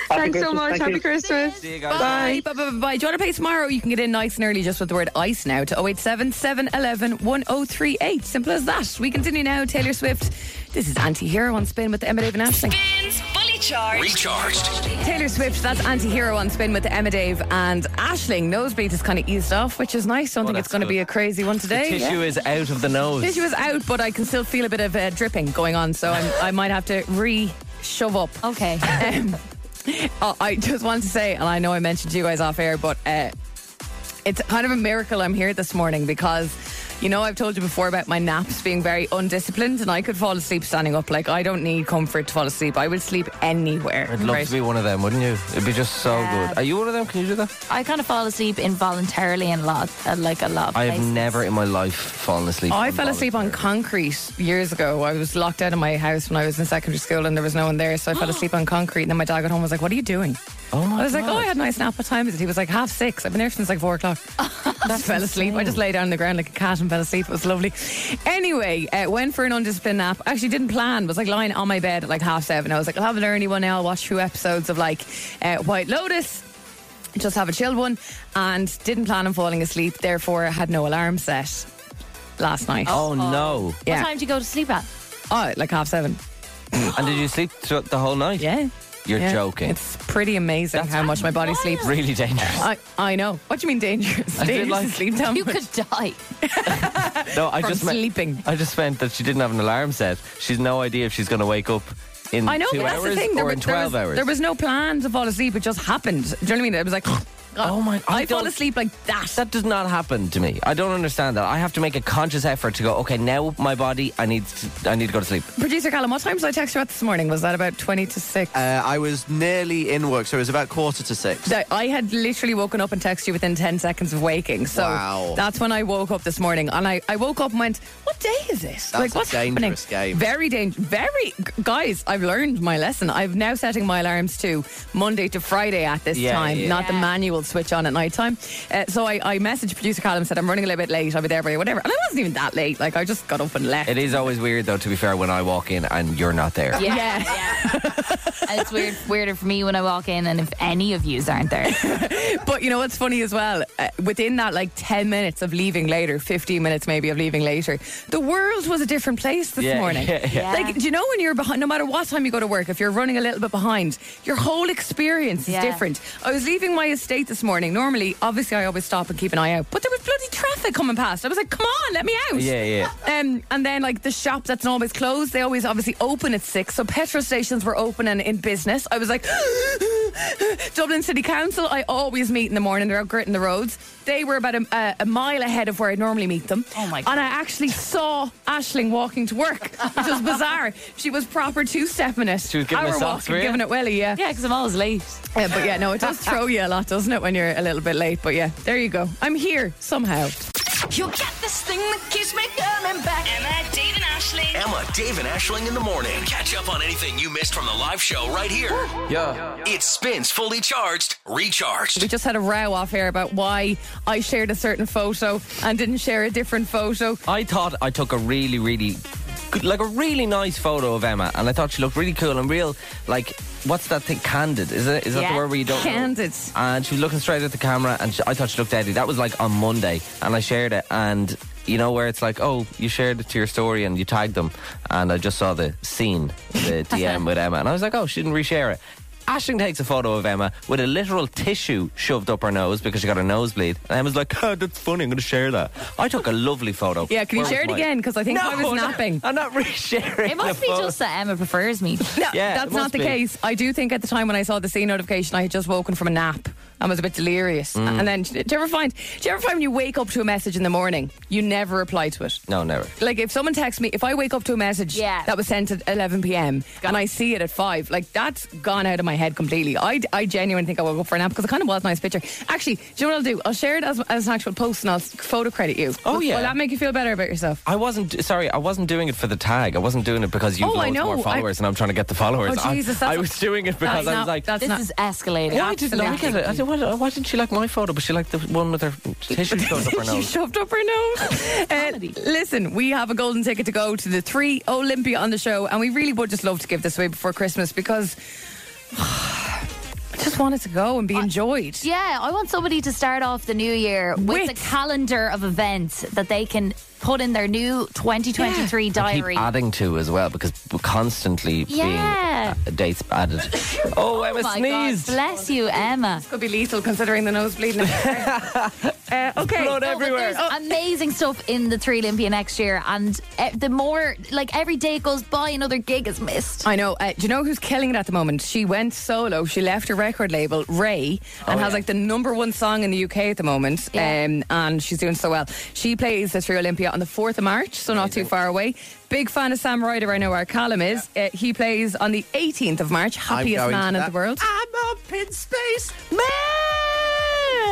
H: Thanks so much. Happy Christmas.
E: See you
C: Bye. Bye. Bye. Bye. Bye. Do you want to play tomorrow? You can get in nice and early just with the word ice now to 087 711 1038. Simple as that. We continue now. Taylor Swift. This is Anti Hero on Spin with the Emma Dave and Ashley.
L: Spins Fully Charged.
A: Recharged.
C: Taylor Swift, that's Anti Hero on Spin with Emma Dave and Ashling. Nosebleed has kind of eased off, which is nice. Don't think
E: that's
C: it's going to
E: good.
C: be a crazy one today.
E: The tissue
C: Yeah.
E: is out of the nose.
C: Tissue is out, but I can still feel a bit of uh, dripping going on, so I'm, I might have to re shove up.
D: Okay.
C: Um, I- I just want to say, and I know I mentioned you guys off air, but uh, it's kind of a miracle I'm here this morning because. You know, I've told you before about my naps being very undisciplined, and I could fall asleep standing up. Like, I don't need comfort to fall asleep. I will sleep anywhere.
E: I'd love
C: right?
E: to be one of them, wouldn't you? It'd be just so
D: Yeah.
E: good. Are you one of them? Can you do that?
D: I kind of fall asleep involuntarily in a lot, uh, like a lot. Of
E: I have
D: places.
E: never in my life fallen asleep.
C: Oh, I
E: on
C: fell
E: volunteer.
C: asleep on concrete years ago. I was locked out of my house when I was in secondary school and there was no one there,
E: [gasps]
C: so I fell asleep on concrete. And then my dad got home and was like, What are you doing?
E: Oh my
C: I was like,
E: God. Oh,
C: Oh, I had a nice nap. What time is it? He was like, Half six. I've been there since like
E: [laughs]
C: four o'clock. just fell asleep. I just lay down on the ground like a cat and fell asleep. It was lovely. Anyway, uh, went for an undisciplined nap. Actually, didn't plan. Was like lying on my bed at like half seven. I was like, I'll have an early one now. I'll watch two episodes of like uh, White Lotus just have a chilled one and didn't plan on falling asleep therefore had no alarm set last night
E: Oh, no!
D: What
C: yeah
D: time do you go to sleep at?
C: oh like half seven
E: And did you sleep throughout the whole night?
C: yeah
E: You're
C: Yeah.
E: joking.
C: it's pretty amazing how much my body sleeps
E: really dangerous.
C: [laughs] I, I know what do you mean
E: [laughs]
C: dangerous
E: I did
C: dangerous
E: like-
C: to sleep
D: [laughs]
C: down [laughs]
D: You could die.
E: no, I
C: from
E: just meant,
C: sleeping.
E: I just meant that she didn't have an alarm set. She's no idea if she's going to wake up in
C: I know
E: two
C: but that's
E: hours
C: the thing
E: or
C: there,
E: in
C: was, there
E: twelve
C: was-
E: hours.
C: there was no plan to fall asleep it just happened do you know what I mean it was like
E: [gasps] Oh my- I
C: I, fall
E: don't-
C: asleep like that
E: that does not happen to me. I don't understand that. I have to make a conscious effort to go. Okay, now my body, I need, to, I need to go to sleep.
C: producer Callum what time did I text you at this morning was that about 20 to 6
F: Uh, I was nearly in work, so it was about quarter to six.
C: that I had literally woken up and texted you within 10 seconds of waking. So
F: Wow.
C: that's when I woke up this morning. And I, I woke up and went, What day is it? like,
F: a
C: what's
F: dangerous
C: happening?
F: game.
C: Very dangerous. Very. g- Guys, I've learned my lesson. I'm now setting my alarms to Monday to Friday at this
E: Yeah,
C: time,
E: yeah.
C: not the
D: Yeah.
C: manual switch on at night time. Uh, so I, I messaged producer Callum, said, I'm running a little bit late. I'll be there by whatever. And I wasn't even that late. Like, I just got up and left.
E: It is always weird, though. To be fair, when I walk in and you're not there.
D: [laughs] Yeah. and it's weird, weirder for me when I walk in, and if any of yous aren't there,
C: But you know what's funny as well? Uh, within that like 10 minutes of leaving later, 15 minutes maybe of leaving later, the world was a different place this
E: Yeah,
C: morning.
E: yeah, yeah.
D: [laughs] Yeah.
C: Like, do you know when you're behind, no matter what time you go to work, if you're running a little bit behind, your whole experience is
D: Yeah.
C: different. I was leaving my estate this morning. Normally, obviously, I always stop and keep an eye out, but there was bloody traffic coming past. I was like, come on, let me out.
E: Yeah, yeah.
C: Um, and then, like, the shop that's always closed, they always obviously open at six. So, petrol stations were open and in business. I was like, [gasps] Dublin City Council, I always meet in the morning. They're out gritting the roads. They were about a, a, a mile ahead of where I normally meet them.
D: Oh, my
C: And I actually saw Ashling walking to work, which
E: [laughs]
C: was bizarre. She was proper two stepping it.
E: She was giving
C: Hour
E: us
C: walk
E: socks,
C: and
E: were you?
C: giving it welly, yeah.
D: yeah, because I'm always late.
C: yeah. But yeah, no,
E: [laughs]
C: it does throw you a lot, doesn't it, when you're a little bit late? But yeah, there you go. I'm here somehow.
L: You'll get this thing that keeps me coming back. Emma, Dave, and Ashling.
A: Emma, Dave, and Ashling in the morning. Catch up on anything you missed from the live show right here.
E: Yeah.
A: It spins fully charged, recharged.
C: We just had a row off here about why I shared a certain photo and didn't share a different photo.
E: I thought I took a really, really, good, like a really nice photo of Emma, and I thought she looked really cool and real. Like, what's that thing? Candid, is it? Is that
D: Yeah.
E: the word where you don't? know?
C: Candid.
E: And she was looking straight at the camera, and she, I thought she looked deadly. That was like on Monday, and I shared it, and you know where it's like, oh, you shared it to your story and you tagged them, and I just saw the scene,
C: [laughs]
E: the DM with Emma, and I was like, oh, she didn't reshare it. Ashton takes a photo of Emma with a literal tissue shoved up her nose because she got a nosebleed. And Emma's like, oh, that's funny, I'm going to share that. I took a lovely photo.
C: Yeah, can you
E: Where
C: share
E: was
C: it
E: mine?
C: again? Because I think I
E: [laughs]
C: was
E: no,
C: napping.
E: I'm not resharing.
D: It must
E: the
D: be
E: photo.
D: just that Emma [laughs] prefers me.
C: No,
E: Yeah, it
C: that's not
E: must
C: the
E: be.
C: case. I do think at the time when I saw the scene notification, I had just woken from a nap. and was a bit delirious.
E: Mm.
C: And then, do you ever find? Do you ever find when you wake up to a message in the morning, you never reply to it?
E: No, never.
C: Like if someone texts me, if I wake up to a message that was sent at 11 p.m. and I see it at five, like that's gone out of my head completely. I, I genuinely think I woke up for a nap because it kind of was a nice picture. Actually, do you know what I'll do? I'll share it as, as an actual post and I'll photo credit you.
E: Oh, yeah.
C: Will that make you feel better about yourself?
E: I wasn't sorry. I wasn't doing it for the tag. I wasn't doing it because you
C: Oh,
E: have
C: I
E: loads
C: know.
E: more
C: I-
E: followers, and I'm trying to get the followers.
C: Oh, Jesus,
E: I,
C: that's
E: I
C: not-
E: was doing it because I was like,
D: this
E: [laughs]
D: is escalating.
E: "Yeah, I didn't like it. I did, why, why didn't she like my photo? But she liked the one
C: [laughs]
E: with her tissue going up her
C: she
E: nose.
C: shoved up her nose. Uh, listen, we have a golden ticket to go to the three Olympia on the show, and we really would just love to give this away before Christmas because [sighs] I just wanted to go and be enjoyed.
D: Yeah, I want somebody to start off the new year with, a calendar of events that they can put in their new 2023 diary.
E: Keep adding to as well because we're constantly
D: Yeah.
E: being uh, dates added.
C: [laughs]
E: oh, Emma
D: my
E: sneezed.
D: God, bless you, Emma. This
C: could be lethal considering the nosebleed.
E: [laughs]
C: uh, okay.
E: blood
D: No, but
E: everywhere.
D: there's amazing stuff in the Three Olympia next year, and uh, the more like every day goes by, another gig is missed.
C: I know. Uh, do you know who's killing it at the moment? She went solo. She left her record label, Ray,
F: Oh,
C: and has like the number one song in the UK at the moment. Um, and she's doing so well. She plays the Three Olympia on the 4th of March, so not too far away. Big fan of Sam Ryder, I know our column is. Uh, he plays on the 18th of March, happiest
F: going to
C: man in
F: that.
C: the world.
F: I'm up in space,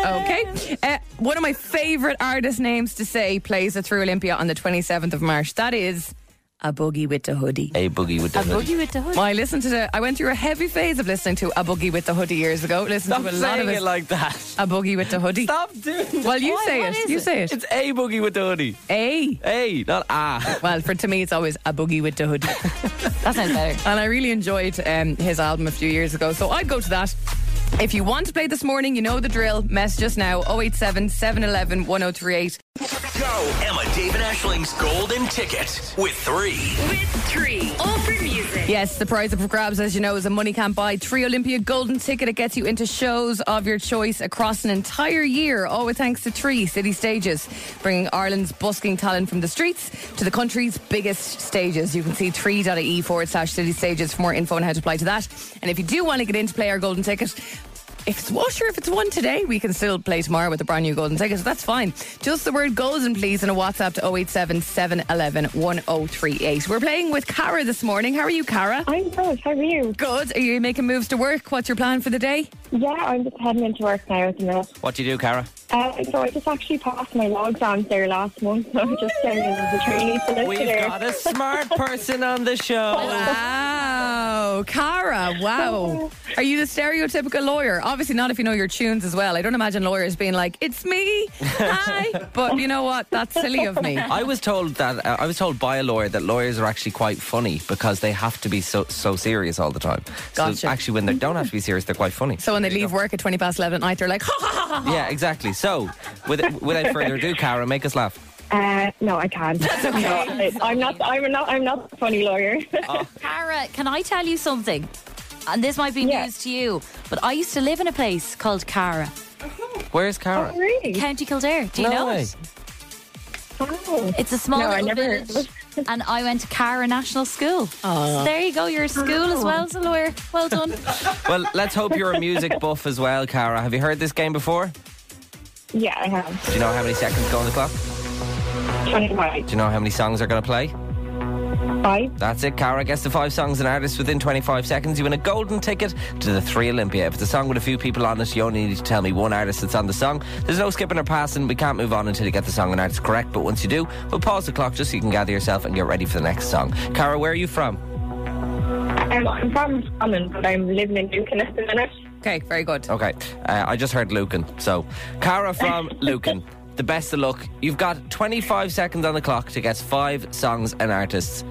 C: Okay. Uh, one of my favourite artist names to say plays the Through Olympia on the 27th of March. That is a boogie with the hoodie.
E: A boogie with the hoodie.
D: with the hoodie.
C: Well, I listened to the. I went through a heavy phase of listening to a boogie with the hoodie years ago. Listened
E: Stop
C: to a lot of
E: saying it
C: it.
E: like
C: [laughs]
E: that.
C: a boogie with the hoodie.
E: Stop doing. that.
C: Well, you
E: Why-
C: say
E: what
C: it.
E: is
C: You say it.
E: It's a boogie with the hoodie.
C: A.
E: A, not ah.
C: Well, for to me, it's always a boogie with the
E: [laughs]
C: hoodie.
D: that sounds better.
C: And I really enjoyed um, his album a few years ago, so I'd go to that. If you want to play this morning, you know the drill. Message us now 087 711 1038.
A: Go! Emma, Dave, and Ashling's golden ticket with three.
L: With three. All for music.
C: Yes, the prize up for grabs, as you know, is a money can't buy three Olympia golden ticket. It gets you into shows of your choice across an entire year. All with thanks to three city stages, bringing Ireland's busking talent from the streets to the country's biggest stages. You can see three.e forward slash city stages for more info on how to apply to that. And if you do want to get in to play our golden ticket, if it's well, sure, if it's one today, we can still play tomorrow with a brand new golden ticket. So that's fine. Just the word golden, please, and a WhatsApp to 087 711 1038. We're playing with Cara this morning. How are you, Cara?
N: I'm good. How are you?
C: Good. Are you making moves to work? What's your plan for the day?
N: Yeah, I'm just heading into work now at the minute.
E: What do you do, Cara?
N: Uh, so I just actually passed my law exams there last month, [laughs] so I'm just sending in as a trainee solicitor.
E: We've got a smart person on the show.
C: Wow. Oh, Cara, wow. Are you the stereotypical lawyer? Obviously, not if you know your tunes as well. I don't imagine lawyers being like, it's me. Hi. but you know what? That's silly of me.
E: I was told that uh, I was told by a lawyer that lawyers are actually quite funny because they have to be so so serious all the time.
C: Gotcha.
E: So actually, when they don't have to be serious, they're quite funny.
C: So when they leave work at 20 past 11 at night, they're like, ha ha ha
D: uh-huh.
C: ha. ha.
E: yeah, exactly. So with, without further ado, Cara, make us laugh.
N: Uh, no, I can't. No, I- I'm not. I'm not. I'm not a funny lawyer.
D: Cara, can I tell you something? And this might be news to you, but I used to live in a place called Cara,
E: Where's Cara?
N: [laughs] really?
D: County Kildare. Oh, Do you
E: No
D: know
E: way.
D: it? It's a small
N: No, I
D: little
N: never heard
D: village, and I went to Cara National School. So there you go. You're a school
E: Oh.
D: as well as a lawyer. Well
E: [laughs]
D: done.
E: Well, let's hope you're a
D: [laughs]
E: music buff as well, Cara. Have you heard this game before?
N: Yeah, I have.
E: Do you know how many seconds go on the clock?
N: Twenty-five.
E: Do you know how many songs are going to play?
N: Five.
E: That's it, Cara. Guess the five songs and artists within 25 seconds. You win a golden ticket to the Three Olympia. If it's a song with a few people on it, you only need to tell me one artist that's on the song. There's no skipping or passing. We can't move on until you get the song and artist correct. But once you do, we'll pause the clock just so you can gather yourself and get ready for the next song. Cara, where are you from?
N: Um, I'm from Scotland, but I'm living in Lucan at the minute.
C: Okay, very good.
E: Okay, uh, I just heard Lucan. So, Cara
C: [laughs]
E: from Lucan. The best of luck. You've got 25 seconds on the clock to guess five songs and artists.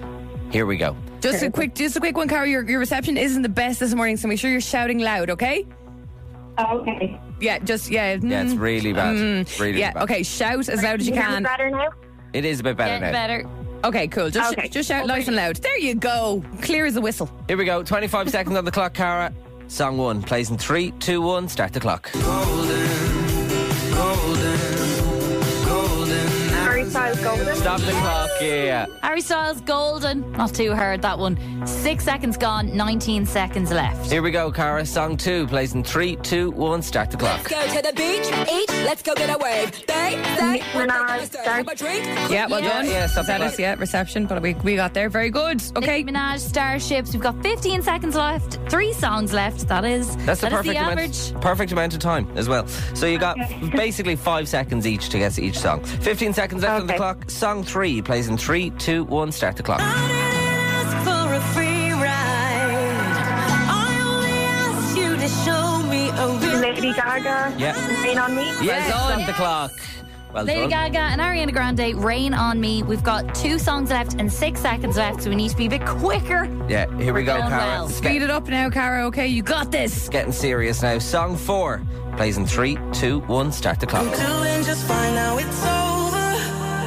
E: Here we go.
C: Just a quick, just a quick one, Cara. Your, your reception isn't the best this morning, so make sure you're shouting loud, okay?
N: Oh, Okay.
C: Yeah, just yeah.
E: Yeah, it's
C: mm,
E: really bad.
C: mm.
E: Really
C: yeah,
E: bad.
C: okay. Shout as loud as you
N: Can you hear
C: can.
N: me better now?
E: It is a bit better now.
C: Okay, cool. Just just shout nice and loud. There you go. Clear as a whistle.
E: Here we go. 25 seconds on the clock, Cara. Song one plays in three, two, one. Start the clock.
N: Sorry, Sal. golden.
E: Stop the clock, yeah.
D: Harry Styles, golden. Not too hard, that one. Six seconds gone, 19 seconds left.
E: Here we go, Cara. Song two plays in three, two, one. Start the clock.
B: Go to the beach, eat, let's go get a wave. They say, Minaj, start. a drink.
C: Yeah, well done.
E: Yeah,
C: Is that us? Yeah, reception. But we, we got there. Very good. Okay.
D: Nicki Minaj, Starships. We've got 15 seconds left. Three songs left. That is.
E: That's the
D: that is
E: perfect
D: average.
E: amount, perfect amount of time as well. So you got basically five seconds each to guess each song. Fifteen seconds left on the clock. Song three plays in three, two, one. Start the clock.
B: For a free ride. I only ask you to show me a real
N: Lady Gaga.
E: Yeah.
N: Rain on me.
E: Yes. Stop the clock. Well
D: Lady
E: done.
D: Gaga and Ariana Grande, Rain on Me. We've got two songs left and six seconds left, so we need to be a bit
E: [laughs]
D: quicker.
E: Yeah, here we go,
D: Going
E: Cara.
D: well.
E: It's
C: Speed it up now, Cara. Okay, you got this.
E: getting serious now. Song four plays in three, two, one. Start the clock.
B: doing just fine now it's over.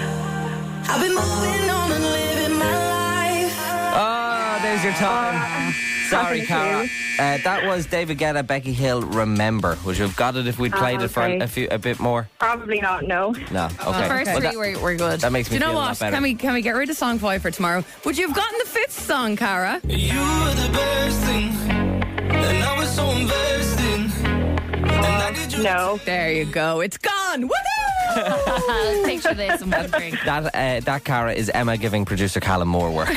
B: I've been moving on and living my life.
E: Oh, there's your time.
C: Ah.
E: Sorry,
B: happy
E: Cara. Uh, that was David Guetta, Becky Hill. Remember, would you have got it if we'd played
N: Ah,
E: it for
N: okay.
E: a few, a bit more?
N: Probably not, no.
E: No. Okay.
C: The first
E: Well,
C: three
E: that-
C: were-
D: we're good.
E: That makes
C: Do
E: me
C: you know
E: feel a lot
C: what?
E: better.
C: Can we can we get rid of song five for tomorrow? Would you have gotten the fifth song, Cara?
B: You were the best thing, and I was so invested.
C: No. There you go. It's gone. Woohoo!
D: Picture this. I'm wondering.
E: That uh, that Cara is Emma giving producer Callum more
C: [laughs]
E: work.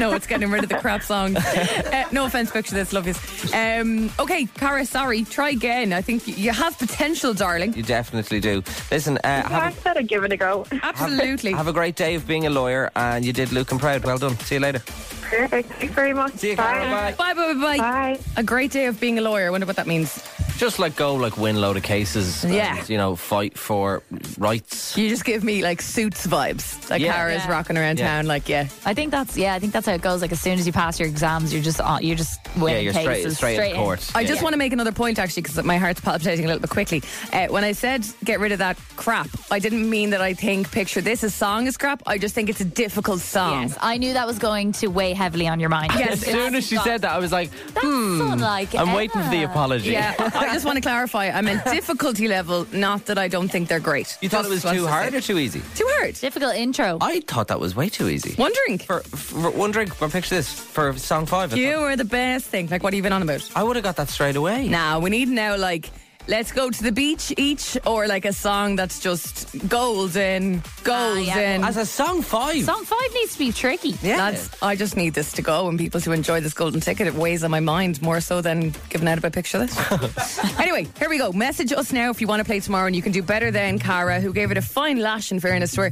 C: no, it's getting rid of the
E: [laughs]
C: crap songs. Uh, no offense, picture this, love yous. Um, okay, Cara, sorry. Try again. I think you- you have potential, darling.
E: you definitely do. Listen, uh,
N: I
E: have,
N: said I'd give it a go.
C: Absolutely.
E: a, have a great day of being a lawyer, and you did Luke and proud. Well done. See you later.
N: Perfect. Thanks very much.
E: See you, Cara. Bye.
C: Bye, bye, bye, bye. A great day of being a lawyer. I wonder what that means.
E: Just like go, like win load of cases.
C: Yeah.
E: and, you know, fight for rights.
C: You just give me like suits vibes. Like
E: Yeah.
C: Cara's
E: Yeah.
C: rocking around
E: Yeah.
C: town. Like, yeah.
D: I think that's yeah. I think that's how it goes. Like as soon as you pass your exams, you're just on, you're just winning
E: Yeah, you're straight-
D: cases
E: straight in court.
C: I
E: Yeah.
C: just want to make another point actually because my heart's palpitating a little bit quickly. Uh, when I said get rid of that crap, I didn't mean that I think picture this as song is crap. I just think it's a difficult song.
D: Yes, I knew that was going to weigh heavily on your mind.
E: As soon as she said that, I was like,
D: That's unlike
E: Hmm. I'm waiting for the
D: Emma.
E: apology.
C: Yeah, I just want to clarify. I meant difficulty level, not that I don't think they're great.
E: You thought it was
C: Just
E: too
C: wants to
E: hard
C: say-
E: or too easy?
C: Too hard.
D: Difficult intro.
E: I thought that was way too easy.
C: Wondering.
E: For, for one drink, but picture this for song five. I,
C: You were the best thing. Like, what are you been on about?
E: thought- I would have got that straight away.
C: Now we need now like let's go to the beach each or like a song that's just golden, golden.
E: As a song five.
D: Song five needs to be tricky.
E: yeah.
C: Lads, I just need this to go and people to enjoy this golden ticket. It weighs on my mind more so than giving out about picture this. anyway, here we go. Message us now if you want to play tomorrow and you can do better than Cara, who gave it a fine lash in fairness to her.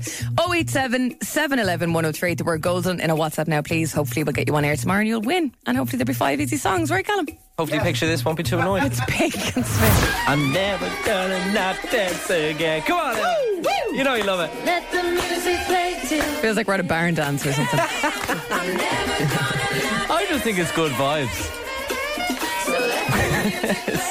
C: 087 711 103, the word golden in a WhatsApp now, please. Hopefully we'll get you on air tomorrow and you'll win. And hopefully there'll be five easy songs, right, Callum?
E: Hopefully, picture this won't be too annoying.
C: It's Pink and Smith.
E: [laughs] I'm never gonna not dance again. Come on, Emma. you know you love it.
B: Let the music play till
C: Feels like we're at a barn dance or something.
E: I just think it's good vibes.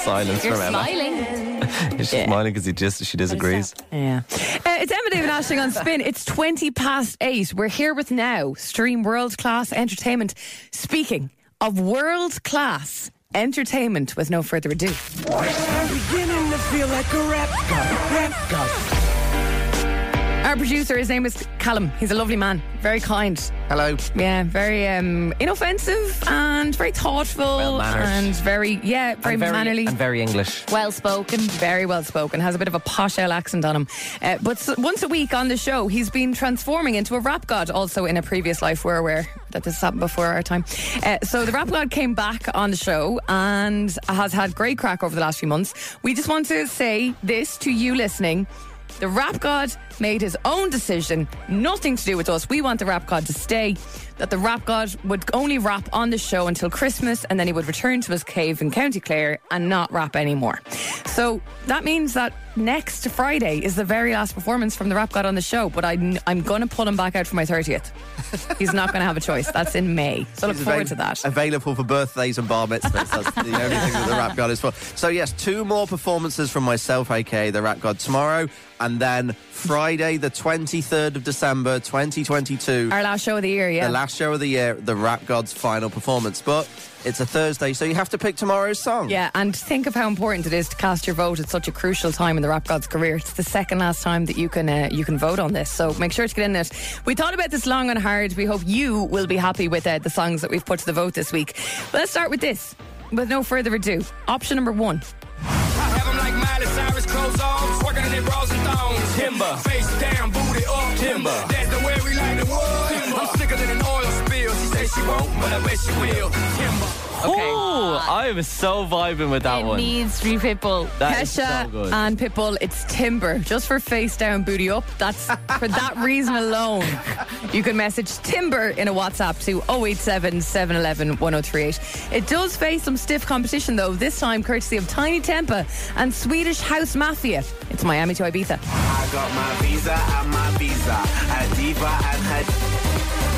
E: Silence
D: You're
E: from Emma.
D: smiling.
E: She's smiling because he just she disagrees.
C: Yeah. Uh, it's Emma David Ashing on Spin. It's 20 past eight. We're here with now Stream World Class Entertainment. Speaking of world class entertainment, with no further ado.
B: beginning to feel like a rap god, rap god.
C: Our producer, his name is Callum. He's a lovely man, very kind.
F: Hello.
C: Yeah, very um, inoffensive and very thoughtful
E: Well-mannered.
C: and very, yeah, very,
E: And very,
C: mannerly.
E: and very English.
D: Well spoken.
C: very well spoken, has a bit of a posh L accent on him. Uh, but s- once a week on the show, he's been transforming into a rap god, also in a previous life. We're aware that this happened before our time. Uh, so the rap god came back on the show and has had great crack over the last few months. We just want to say this to you listening. The rap god made his own decision, nothing to do with us. We want the rap god to stay. That the rap god would only rap on the show until Christmas and then he would return to his cave in County Clare and not rap anymore. So that means that next Friday is the very last performance from the rap god on the show, but I, am going to pull him back out for my 30th. He's not going to have a choice. That's in May. So look
F: He's
C: forward
F: avail-
C: to that.
F: Available for birthdays and bar mitzvahs. That's the only thing that the Rap God is for. So, yes, two more performances from myself, aka the Rap God, tomorrow. And then Friday, the 23rd of December, 2022.
C: Our last show of the year, yeah.
F: The last last show of the year, the Rap God's final performance. But it's a Thursday, so you have to pick tomorrow's song.
C: Yeah, and think of how important it is to cast your vote at such a crucial time in the rap god's career. It's the second last time that you can uh, you can vote on this, so make sure to get in it. We thought about this long and hard. We hope you will be happy with uh, the songs that we've put to the vote this week. Let's start with this. With no further ado, option number one.
O: Miley Cyrus clothes off, twerking in their bras and thongs. Timber, face down, booty up. Timber, that's the way we like the world. I'm sicker than an oil spill. She says she won't, but I bet she will. Timber.
E: Oh, I was so vibing with that one.
D: Needs to be Pitbull.
E: That is
C: Kesha
E: so good.
C: and Pitbull, it's Timber. Just for face down, booty up. That's
E: [laughs]
C: for that reason alone. You can message Timber in a WhatsApp to 087 711 1038. It does face some stiff competition, though, this time courtesy of Tiny Tempa and Swedish House Mafia. It's Miami to Ibiza.
P: I got my visa and my visa. A diva and her.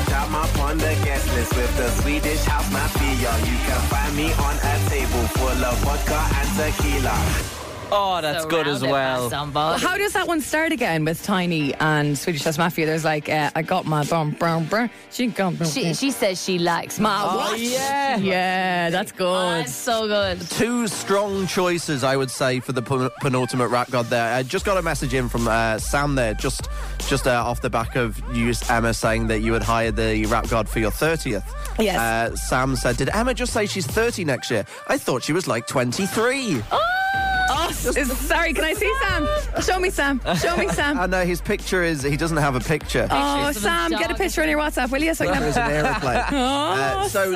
P: Got my on the guest list with the Swedish house mafia. You can find me on a table full of vodka and tequila.
E: Oh, that's good as well.
C: Well, how does that one start again with Tiny and Swedish House Mafia? There's like, uh, I got my bum, bum, bum. She got my-
D: She, she says she likes my
C: Oh,
D: watch.
C: yeah. Yeah, that's good.
D: so good.
F: Two strong choices, I would say, for the pen- penultimate rap god there. I just got a message in from uh, Sam there, just just uh, off the back of you, Emma, saying that you had hired the rap god for your 30th.
C: Yes.
F: Uh, Sam said, Did Emma just say she's 30 next year? I thought she was like 23.
C: Oh, is- sorry, can I see Sam? Show me Sam. Show me Sam.
F: I know uh, his picture is, he doesn't have a picture.
C: Oh, Sam, get a picture on your WhatsApp, will you? So I can
F: There was an aeroplane.
P: [laughs]
C: Oh,
F: Uh, so,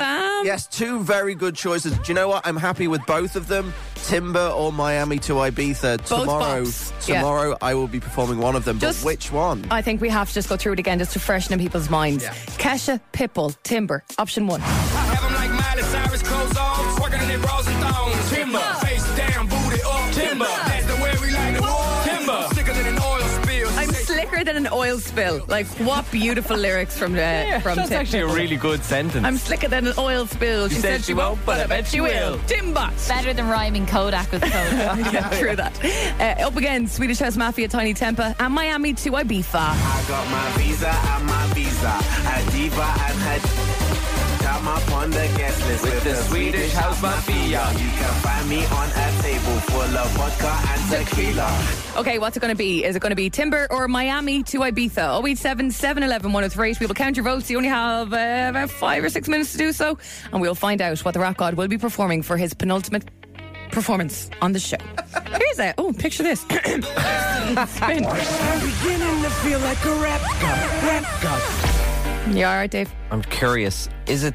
F: yes, two very good choices. Do you know what? I'm happy with both of them. Timber or Miami to Ibiza tomorrow.
C: bops. Yeah.
F: Tomorrow, I will be performing one of them.
C: [laughs] Just-
F: but which one?
C: I think we have to just go through it again just to freshen in people's minds. Kesha, Pitbull, Timber, option one.
O: Like Miley Cyrus clothes off, twerking in their bras and thongs. Timber, face down, booty up. Timber, that's the way we like the world. Timber, I'm sicker than an oil spill. She
C: I'm
O: says-
C: slicker than an oil spill. Like, what beautiful lyrics from uh, from
E: That's
C: Tim-
E: actually a
C: Pitbull.
E: really good sentence.
C: I'm slicker than an oil spill. She,
E: said she won't, but I bet she will.
C: Timber.
D: Better than rhyming Kodak with
E: [laughs]
D: Kodak.
C: [laughs] yeah, true that. Uh, up again, Swedish House Mafia, Tiny Temper, and Miami to Ibiza.
P: I got my visa and my visa. A diva and her. Got my on the guest list with, the, Swedish house mafia. You can find me on a table full of vodka and tequila.
C: Okay, what's it going to be? Is it going to be Timber or Miami to Ibiza? Oh, 087 711 103. We will count your votes. You only have uh, about five or six minutes to do so, and we'll find out what the rap god will be performing for his penultimate performance on the show. Here's a oh, picture this. Spin.
B: I'm beginning to feel like a rap god, rap god.
C: You all right, Dave?
E: I'm curious. Is it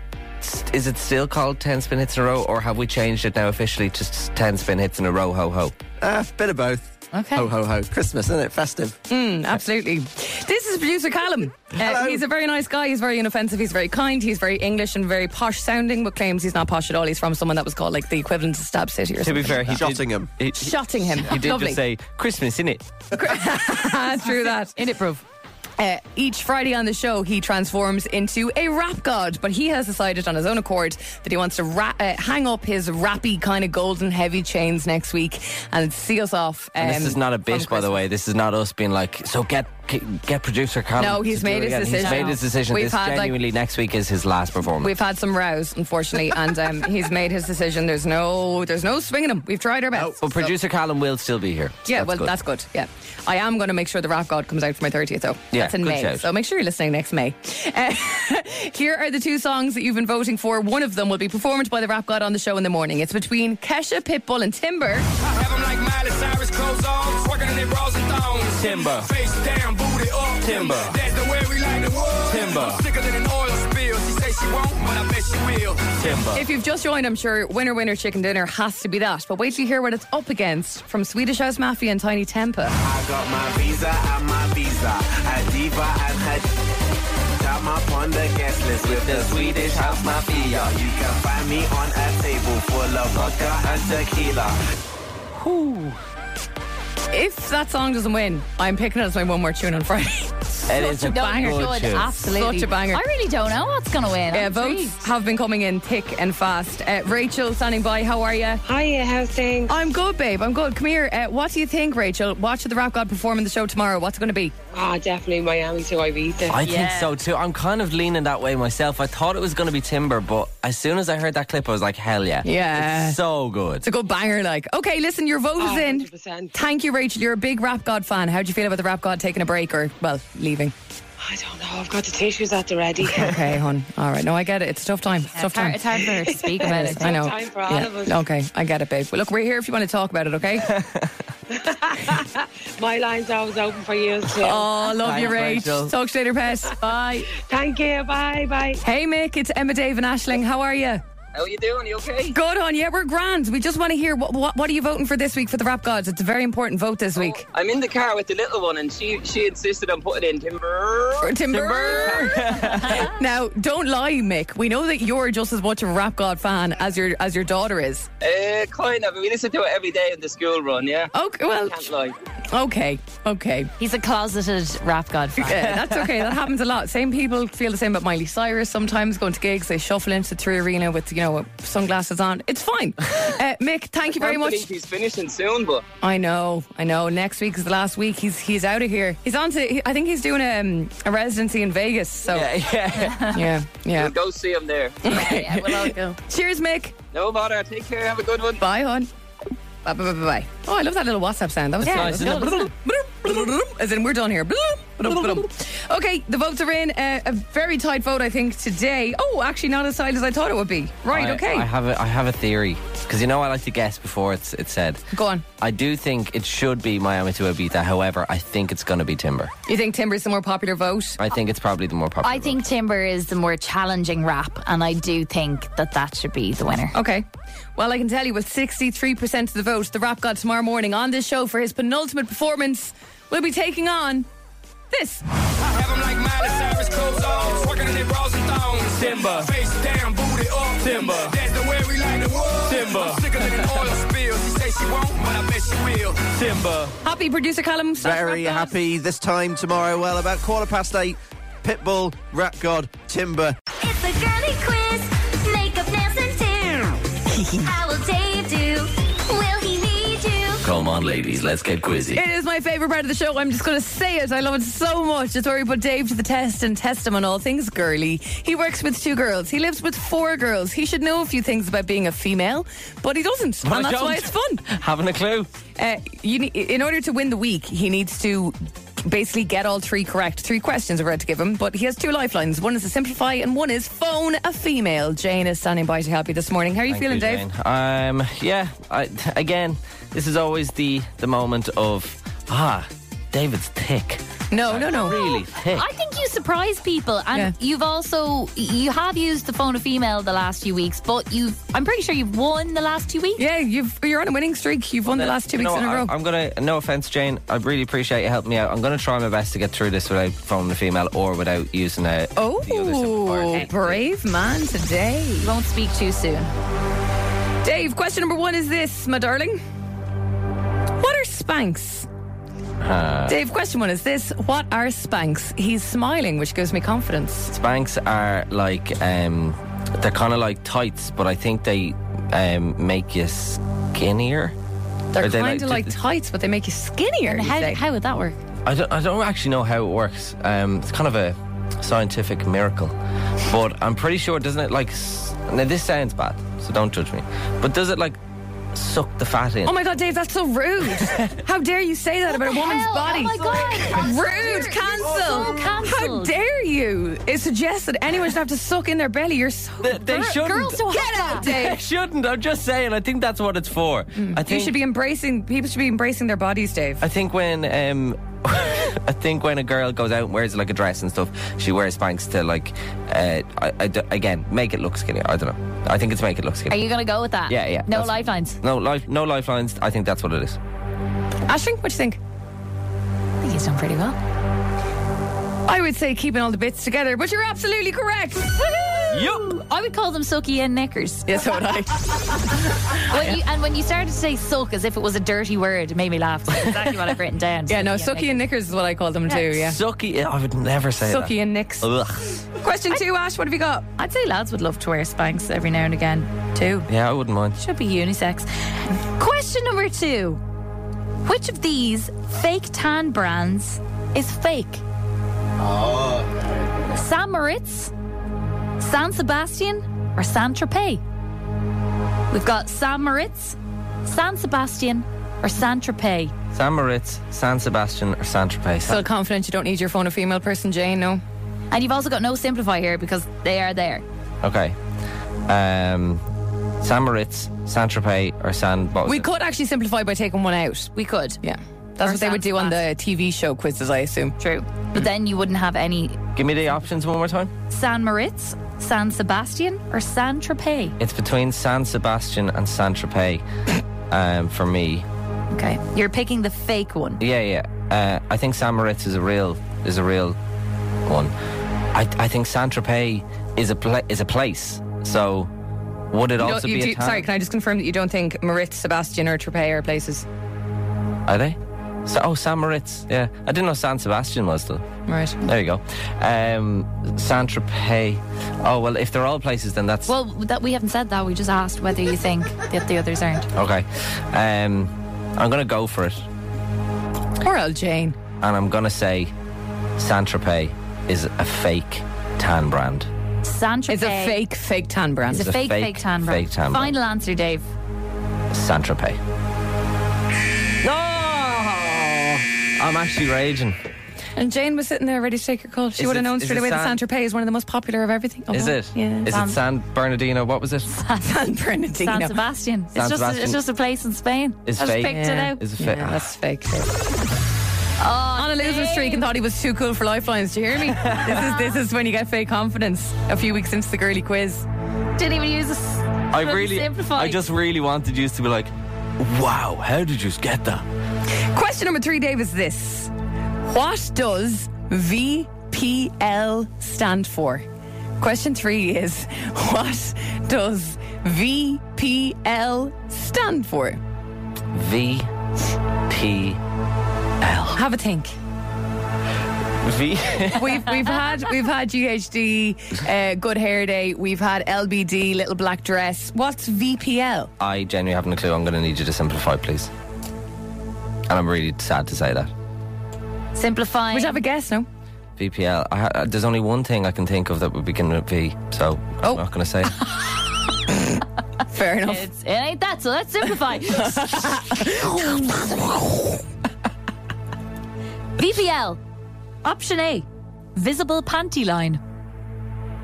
E: is it still called ten spin hits in a row, or have we changed it now officially to s- ten spin hits in a row? Ho ho.
F: Uh, bit of both.
C: Okay.
F: Ho, ho, ho. Christmas, isn't it? Festive.
C: Mm, absolutely. This is producer Callum. Uh, he's a very nice guy. He's very inoffensive. He's very kind. He's very English and very posh sounding, but claims he's not posh at all. He's from someone that was called like the equivalent to Stab City or
E: To
C: something.
E: be fair, he
F: Shottingham.
E: Did, he,
C: Shotting him.
E: he did
C: Lovely.
E: just say Christmas, innit?
C: [laughs] Through that.
D: In it, proof.
C: Uh, each Friday on the show, he transforms into a rap god, but he has decided on his own accord that he wants to ra- uh, hang up his rappy kind of golden heavy chains next week and see us off.
E: And
C: um,
E: this is not a
C: from
E: bitch, by the way. This is not us being like, so get get producer Callum.
C: No, he's
E: to do
C: made
E: it
C: his
E: again."
C: decision.
E: He's made his decision.
C: We've
E: this
C: had, like-
E: genuinely next week is his last performance.
C: We've had some rows, unfortunately, and um, he's made his decision. There's no, there's no swinging him. We've tried our best.
B: Oh.
E: But producer Callum will still be here.
C: Yeah, well, that's good. Yeah, I am going to make sure the rap god comes out for my thirtieth, though.
E: Yeah,
C: that's in
E: good
C: May,
E: shout.
C: so make sure you're listening next May. Uh, [laughs] here are the two songs that you've been voting for. One of them will be performed by the rap god on the show in the morning. It's between Kesha, Pitbull, and Timber.
O: Like Miley Cyrus clothes off, twerking in their bras and thongs.
E: Timber.
O: Face down, booty up.
E: Timber.
O: That's the way we like the world.
E: Timber.
O: I'm sicker than an oil spill. She says she won't, but I bet she will.
C: If you've just joined, I'm sure winner, winner, chicken dinner has to be that. But wait till you hear what it's up against from Swedish House Mafia and Tiny Temper.
P: I got my visa and my visa. A diva and her. Got my on the guest list with the Swedish house mafia. You can find me on a table full of vodka and tequila.
C: If that song doesn't win, I'm picking it as my one more tune on [laughs] Friday.
E: It is
D: Such a
E: a
D: banger.
E: good
D: Good,
E: tune.
D: absolutely.
C: Such a banger.
D: I really don't know what's going to win.
E: Oh,
C: Yeah,
D: I'm
C: Uh, votes
D: intrigued.
C: have been coming in thick and fast. Uh, Rachel, standing by, how are you? Hiya, how's things? I'm good, babe. I'm good. Come here. Uh, what do you think, Rachel? Watch the Rap God perform in the show tomorrow. What's it going to be?
G: Ah, definitely Miami to Ibiza.
E: I think so too. I'm kind of leaning that way myself. I thought it was going to be Timber, but as soon as I heard that clip, I was like, hell yeah.
C: Yeah.
E: It's so good.
C: It's a good banger, like. Okay, listen, your vote
G: Oh,
C: is in. Thank you, Rachel. You're a big Rap God fan. How do you feel about the Rap God taking a break or, well,
G: [laughs]
C: leaving?
G: I don't know. I've got the tissues at the ready.
C: Okay, hon. All right. No, I get it. It's a tough time. It's a tough
G: hard-
C: time.
G: it's hard for her to speak about it.
C: I know.
G: It's a tough time for all of us.
C: Okay, I get it, babe. Well, look, we're here if you want to talk about
G: [laughs]
C: it. Okay.
G: [laughs] My line's always open for you. Too.
C: Oh, love you, Rach. Talk to you
G: [laughs]
C: later, Pet. Bye.
G: Thank you. Bye. Bye.
C: Hey, Mick. It's Emma, Dave, and Ashling. How are you?
Q: How you doing? You okay?
C: Good on yeah, we're grand. We just want to hear what, what what are you voting for this week for the Rap Gods? It's a very important vote this week.
Q: I'm in the car with the little one, and she she insisted on putting in timber.
C: Timber.
Q: [laughs]
C: now, don't lie, Mick. We know that you're just as much of a Rap God fan as your as your
Q: [laughs]
C: daughter is.
Q: Uh, kind of. We listen to it every day in the school run. Yeah.
C: Okay. Well.
Q: I can't lie.
C: Okay, okay.
D: [laughs] He's a closeted rap god fan.
C: Yeah, that's okay. That happens a lot. Same people feel the same about Miley Cyrus sometimes going to gigs. They shuffle into the Three Arena with, you know, sunglasses on.
Q: [laughs]
C: It's fine. Uh, Mick, thank you very
Q: Can't
C: much.
Q: believe He's finishing soon, but
C: I know, I know. Next week is the last week. He's he's out of here. He's on to. he- I think he's doing a, um, a residency in Vegas. So
Q: yeah,
C: yeah, yeah.
Q: We'll go see him there.
C: [laughs] yeah, we'll all
D: go.
C: Cheers, Mick.
Q: No bother. Take care. Have a good one.
C: Bye, hon. Bye, bye, bye, bye, bye. Oh, I love that little WhatsApp sound. That was
Q: That's nice,
C: fun. That was
Q: isn't
C: good, wasn't it? [laughs] As in, we're done here. Okay, the votes are in. Uh, a very tight vote, I think, today. Oh, actually, not as tight as I thought it would be. Right,
E: I-
C: okay.
E: I have a, I have a theory because you know I like to guess before it's it's said.
C: Go on.
E: I do think it should be Miami to Ibiza. However, I think it's going to be Timber.
C: You think Timber's the more popular vote?
E: I think it's probably the more popular.
D: I think Timber is the more challenging rap, and I do think that that should be the winner.
C: Okay. Well, I can tell you with 63% of the vote, the rap god tomorrow morning on this show for his penultimate performance will be taking on this.
O: like Miley Cyrus clothes on, twerking in their bras and thongs. Timber, face down, booty up. Timber, that's the way we like the world. Timber, I'm sicker than an oil spill. She say she won't, but I bet she will. Timber.
C: Happy producer Callum. slash
F: Very
C: Rap God.
F: happy this time tomorrow. Well, about quarter past eight. Pitbull, Rap God, Timber.
B: It's the girly quiz, makeup, dance, and [laughs] tunes. How will Dave do? Will he need you?
E: Come on, ladies, let's get
Q: [laughs]
E: quizzy.
C: It is my favourite part of the show. I'm just going to say it. I love it so much. It's where we put Dave to the test and test him on all things girly. He works with two girls. He lives with four girls. He should know a few things about being a female, but he doesn't.
E: But
C: and
E: I
C: that's why
E: don't.
C: it's fun.
E: Having a clue.
C: Uh, you need, in order to win the week, he needs to basically get all three correct. Three questions are about to give him, but he has two lifelines. One is to simplify, and one is phone a female. Jane is standing by to help you this morning. How are you feeling, Dave?
E: Jane. Um, yeah. I, again, this is always the the moment of ah, David's thick.
C: Oh, No, no, no.
E: Really thick.
D: I think you surprise people, and you've also you have used the phone of female the last few weeks, but you've I'm pretty sure you've won the last two weeks.
C: Yeah, you've you're on a winning streak. You've won the last two
E: You
C: weeks
E: know
C: in a
E: what,
C: row.
E: I, am gonna. No offense, Jane. I really appreciate you helping me out. I'm gonna try my best to get through this without phoning the female or without using a.
C: Oh, brave man today.
D: Won't speak too soon.
C: Dave, question number one is this, my darling. What are spanks?
E: Uh,
C: Dave, question one is this. What are spanks? He's smiling, which gives me confidence.
E: Spanks are like um, they're kind of like tights, but I think they um, make you skinnier.
C: They're
E: Or they
C: kind of like,
E: d-
C: tights, but they make you skinnier.
D: And
C: you
D: how,
C: say.
D: how would that work?
E: I don't, I don't actually know how it works. Um, it's kind of a scientific miracle, but I'm pretty sure doesn't it like s- now this sounds bad, so don't judge me. But does it like suck the fat in? [laughs]
C: Oh my god, Dave, that's
D: [laughs]
C: so rude. how dare you say that about a woman's
D: hell?
C: body?
D: Oh my
C: [laughs]
D: God.
C: rude,
D: You're-
C: cancel.
D: you're so
C: How
D: cancelled.
C: dare you? It suggests that anyone should have to suck in their belly. You're so
E: They, they
C: Gir-
E: shouldn't.
C: Girls don't Get have out, that. Dave. Mm.
E: They shouldn't. I'm just saying. I think that's what it's for. I [laughs]
C: You
E: think.
C: should be embracing people should be embracing their bodies, Dave.
E: I think when um, [laughs] I think when a girl goes out and wears like a dress and stuff, she wears Spanx to like, uh, I, I d- again make it look skinnier. I don't know. I think it's make it look
D: Are
E: skinnier.
D: you gonna go with that?
E: Yeah, yeah.
D: No
E: That's-
D: lifelines.
E: No life, no lifelines. I think that's what it is.
C: Ashling, what do you think?
D: I think he's done pretty well.
E: [laughs]
C: I would say keeping all the bits together, but you're absolutely correct. Woohoo!
D: Yup. I would call them sucky and knickers.
C: Yes, so would I.
D: When you, and when you started to say suck as if it was a dirty word, it made me laugh. That's exactly what I've written down.
C: [laughs] Yeah, no, sucky and knickers is what I call them too. Yeah.
E: Sucky. I would never say that.
C: Sucky and
E: Oh.
C: nicks.
E: Ugh.
C: Question two, Ash, what have you got?
D: I'd say lads would love to wear Spanx every now and again, too.
E: Yeah, I wouldn't mind.
D: Should be unisex. Question number two Which of these fake tan brands is fake? Oh. San Moritz, San Sebastian, or San Tropez? We've got San Moritz, San Sebastian, or San Tropez.
E: San Moritz, San Sebastian, or San Tropez.
C: Still confident you don't need your phone a female person, Jane, no?
D: And you've also got no simplify here because they are there.
E: Okay. Um, San Moritz, San Tropez, or San. What was
C: We
E: it?
C: could actually simplify by taking one out.
D: We could.
C: Yeah. That's what they would do on the TV show quizzes, I assume.
D: True. But then you wouldn't have any
E: Give me the options one more time.
D: San Moritz, San Sebastian, or San Tropez.
E: It's between San Sebastian and San Tropez um, for me.
D: Okay. You're picking the fake one.
E: Yeah, yeah. Uh, I think San Moritz is a real is a real one. I, I think San Tropez is a pla- is a place. So would it
C: You don't-
E: also
C: you
E: be a
C: do-
E: town?
C: sorry, can I just confirm that you don't think Moritz, Sebastian, or Trepay are places?
E: Are they? So, oh, San Moritz. Yeah, I didn't know San Sebastian was though.
C: Right.
E: There you go. Um, San Tropez. Oh well, if they're all places, then that's
D: Well, that we haven't said that. We just asked whether you think that the others aren't.
E: okay. Um, I'm gonna go for it,
C: Poor old Jane.
E: and I'm gonna say San Tropez is a fake tan brand.
D: San Tropez.
C: It's a fake, fake tan brand.
D: It's a fake, fake, tan brand.
E: fake tan brand.
D: Final answer, Dave.
E: San Tropez. No, I'm actually raging.
C: And Jane was sitting there ready to take your call. She
E: Is
C: would have
E: it-
C: known
E: is
C: straight
E: it
C: away that
E: San-
C: Saint Tropez is one of the most popular of everything. Oh,
E: Is
C: wow.
E: it?
C: Yeah.
E: Is
C: San-
E: it San Bernardino? What was it? [laughs]
C: San Bernardino.
D: San Sebastian. It's
E: San
D: just A,
E: Sebastian.
D: it's just a place in Spain.
E: Is
D: I just
E: fake.
D: picked it
E: Yeah.
D: out.
E: Is it fake? Yeah,
C: that's [laughs] fake. Oh, on a losing streak and thought he was too cool for lifelines. Do you hear [laughs] me? this is this is when you get fake confidence. A few weeks into the girly quiz.
D: Didn't even use a. s-
E: Ah, I
C: [laughs]
D: couldn't
E: really,
D: simplify.
E: I just really wanted you to be like, wow, how did you get that?
C: Question number three, Dave, is this: What does VPL stand for? Question three is: [laughs] What does VPL stand for?
E: V P
C: Have a think.
E: V.
C: we've we've had we've had GHD, uh, Good Hair Day. We've had LBD, Little Black Dress. What's VPL?
E: I genuinely haven't a clue. I'm going to need you to simplify, please. And I'm really sad to say that.
D: Simplifying.
C: Would you have a guess? No.
E: VPL. I ha- uh, there's only one thing I can think of that would begin with V, so I'm not going to say it.
C: Fair enough.
D: It's, it ain't that, so let's
C: [laughs]
D: simplify. VPL. Option A, visible panty line.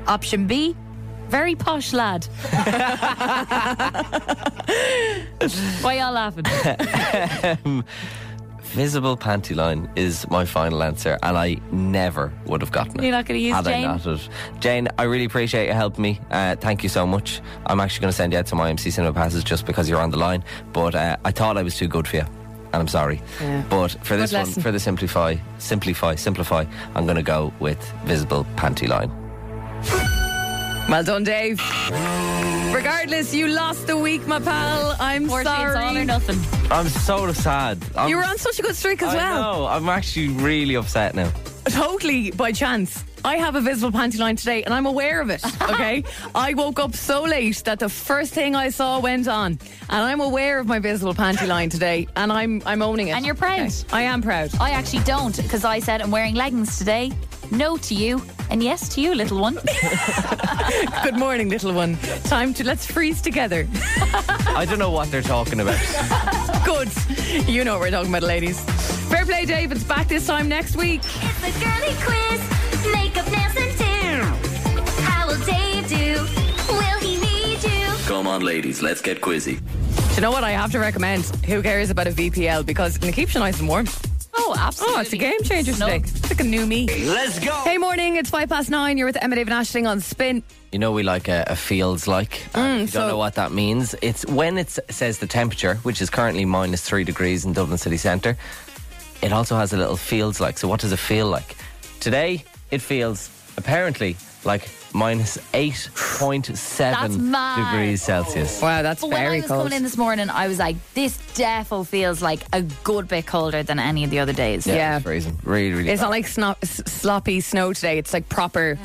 D: Option B, very posh
C: [laughs]
D: lad. Why y'all laughing?
E: Um, visible panty line is my final answer, and I never would have gotten it.
D: You're not gonna use
E: had
D: Jane?
E: I not have. Jane, I really appreciate you helping me. Uh, thank you so much. I'm actually going to send you out some IMC cinema passes just because you're on the line. But uh, I thought I was too good for you, and I'm sorry.
C: Yeah.
E: But for
C: Good
E: this one,
C: lesson.
E: for the simplify, simplify, simplify, I'm going to go with visible panty line.
C: Well done, Dave. Regardless, you lost the week, my pal. I'm
D: Fourteen,
C: sorry.
D: it's all or nothing.
E: I'm so sad. I'm,
C: You were on such a good streak as
E: I
C: well.
E: know. I'm actually really upset now.
C: Totally by chance. I have a visible panty line today and I'm
D: [laughs]
C: aware of it, okay? I woke up so late that the first thing I saw went on. And I'm aware of my visible panty line today and I'm I'm owning it.
D: And you're proud.
C: I am proud.
D: I actually don't, because I said I'm wearing leggings today. No to you, and yes to you, little
C: [laughs]
D: one.
C: Good morning, little one. Time to let's freeze together. [laughs]
E: I don't know what they're talking about.
C: Good. You know what we're talking about, ladies. Fair play, Dave. It's back this time next week.
B: It's the girly quiz. Makeup, nails, and do. How will Dave do? Will he need you?
R: Come on, ladies, let's get quizzy.
C: Do you know what I have to recommend? Who cares about a VPL? Because it keeps you nice and warm.
D: Oh, absolutely.
C: Oh, it's a game changer today. It's like a new me.
R: Let's go.
C: Hey, morning. It's five past nine. You're with Emma David Ashling on Spin.
E: You know, we like a, a feels like. And
C: Mm,
E: if you don't know what that means. It's when it says the temperature, which is currently minus three degrees in Dublin city centre. It also has a little feels like. So, what does it feel like? Today, it feels apparently like minus 8.7
C: [sighs]
D: mad.
E: degrees Celsius.
C: Wow, that's
D: but when I was coming in this morning, I was like, this defo feels like a good bit colder than any of the other days.
C: Yeah, Yeah. it's
E: freezing. Really, really.
C: It's not like snop, s- sloppy snow today. It's like proper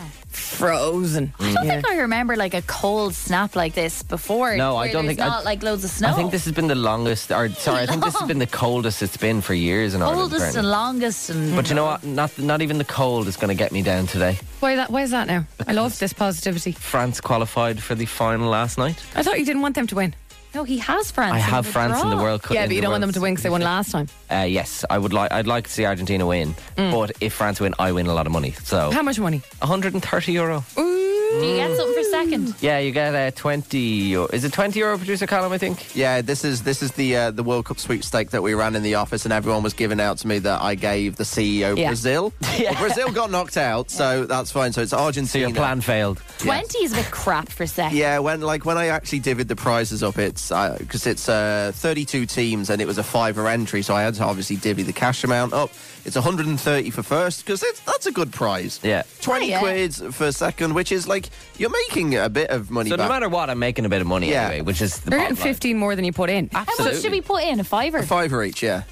C: frozen.
E: Mm-hmm.
D: I don't think I remember like a cold snap like this before.
E: No, I
D: where
E: don't
D: there's
E: think- I-
D: not like loads of snow.
E: I think this has been the longest, or sorry, I think this has been the coldest it's been for years in Ireland.
D: oldest
E: apparently.
D: and longest. And
E: But you know what? Not not even the cold is going to get me down today.
C: Why that? Why is that now? I love this positivity.
E: France qualified for the final last night.
C: I thought you didn't want them to win.
D: No, he has France.
E: I in have the France in the draw. World Cup-
C: Yeah,
E: in
C: but you
E: the
C: don't want them
E: World
C: to win because they won
E: [laughs]
C: last time.
E: Uh, yes, I would like. I'd like to see Argentina win. But if France win, I win a lot of money. So
C: How much money?
E: 130 euro.
D: Do you get something for second?
E: Yeah, you get uh, 20. Euro. Is it 20 euro, producer Colin? I think.
F: Yeah, this is this is the uh, the World Cup sweepstake that we ran in the office, and everyone was giving out to me that I gave the CEO
D: Yeah.
F: Brazil. Well, Brazil got knocked out, so that's fine. So it's Argentina. So your plan
E: failed.
D: 20 is a bit crap for second.
F: Yeah, when like when I actually divvied the prizes up, it's because it's uh, 32 teams and it was a fiver entry, so I had to obviously divvy the cash amount up. It's 130 for first because that's a good prize.
E: Yeah,
F: 20 quids for second, which is like you're making a bit of money.
E: So no
F: back.
E: matter what, I'm making a bit of money
F: Yeah.
E: anyway, which is the
C: You're
E: bottom
C: getting
E: line.
C: 15 more than you put in. Ah,
D: How much should we put in? A fiver?
F: fiver each, yeah.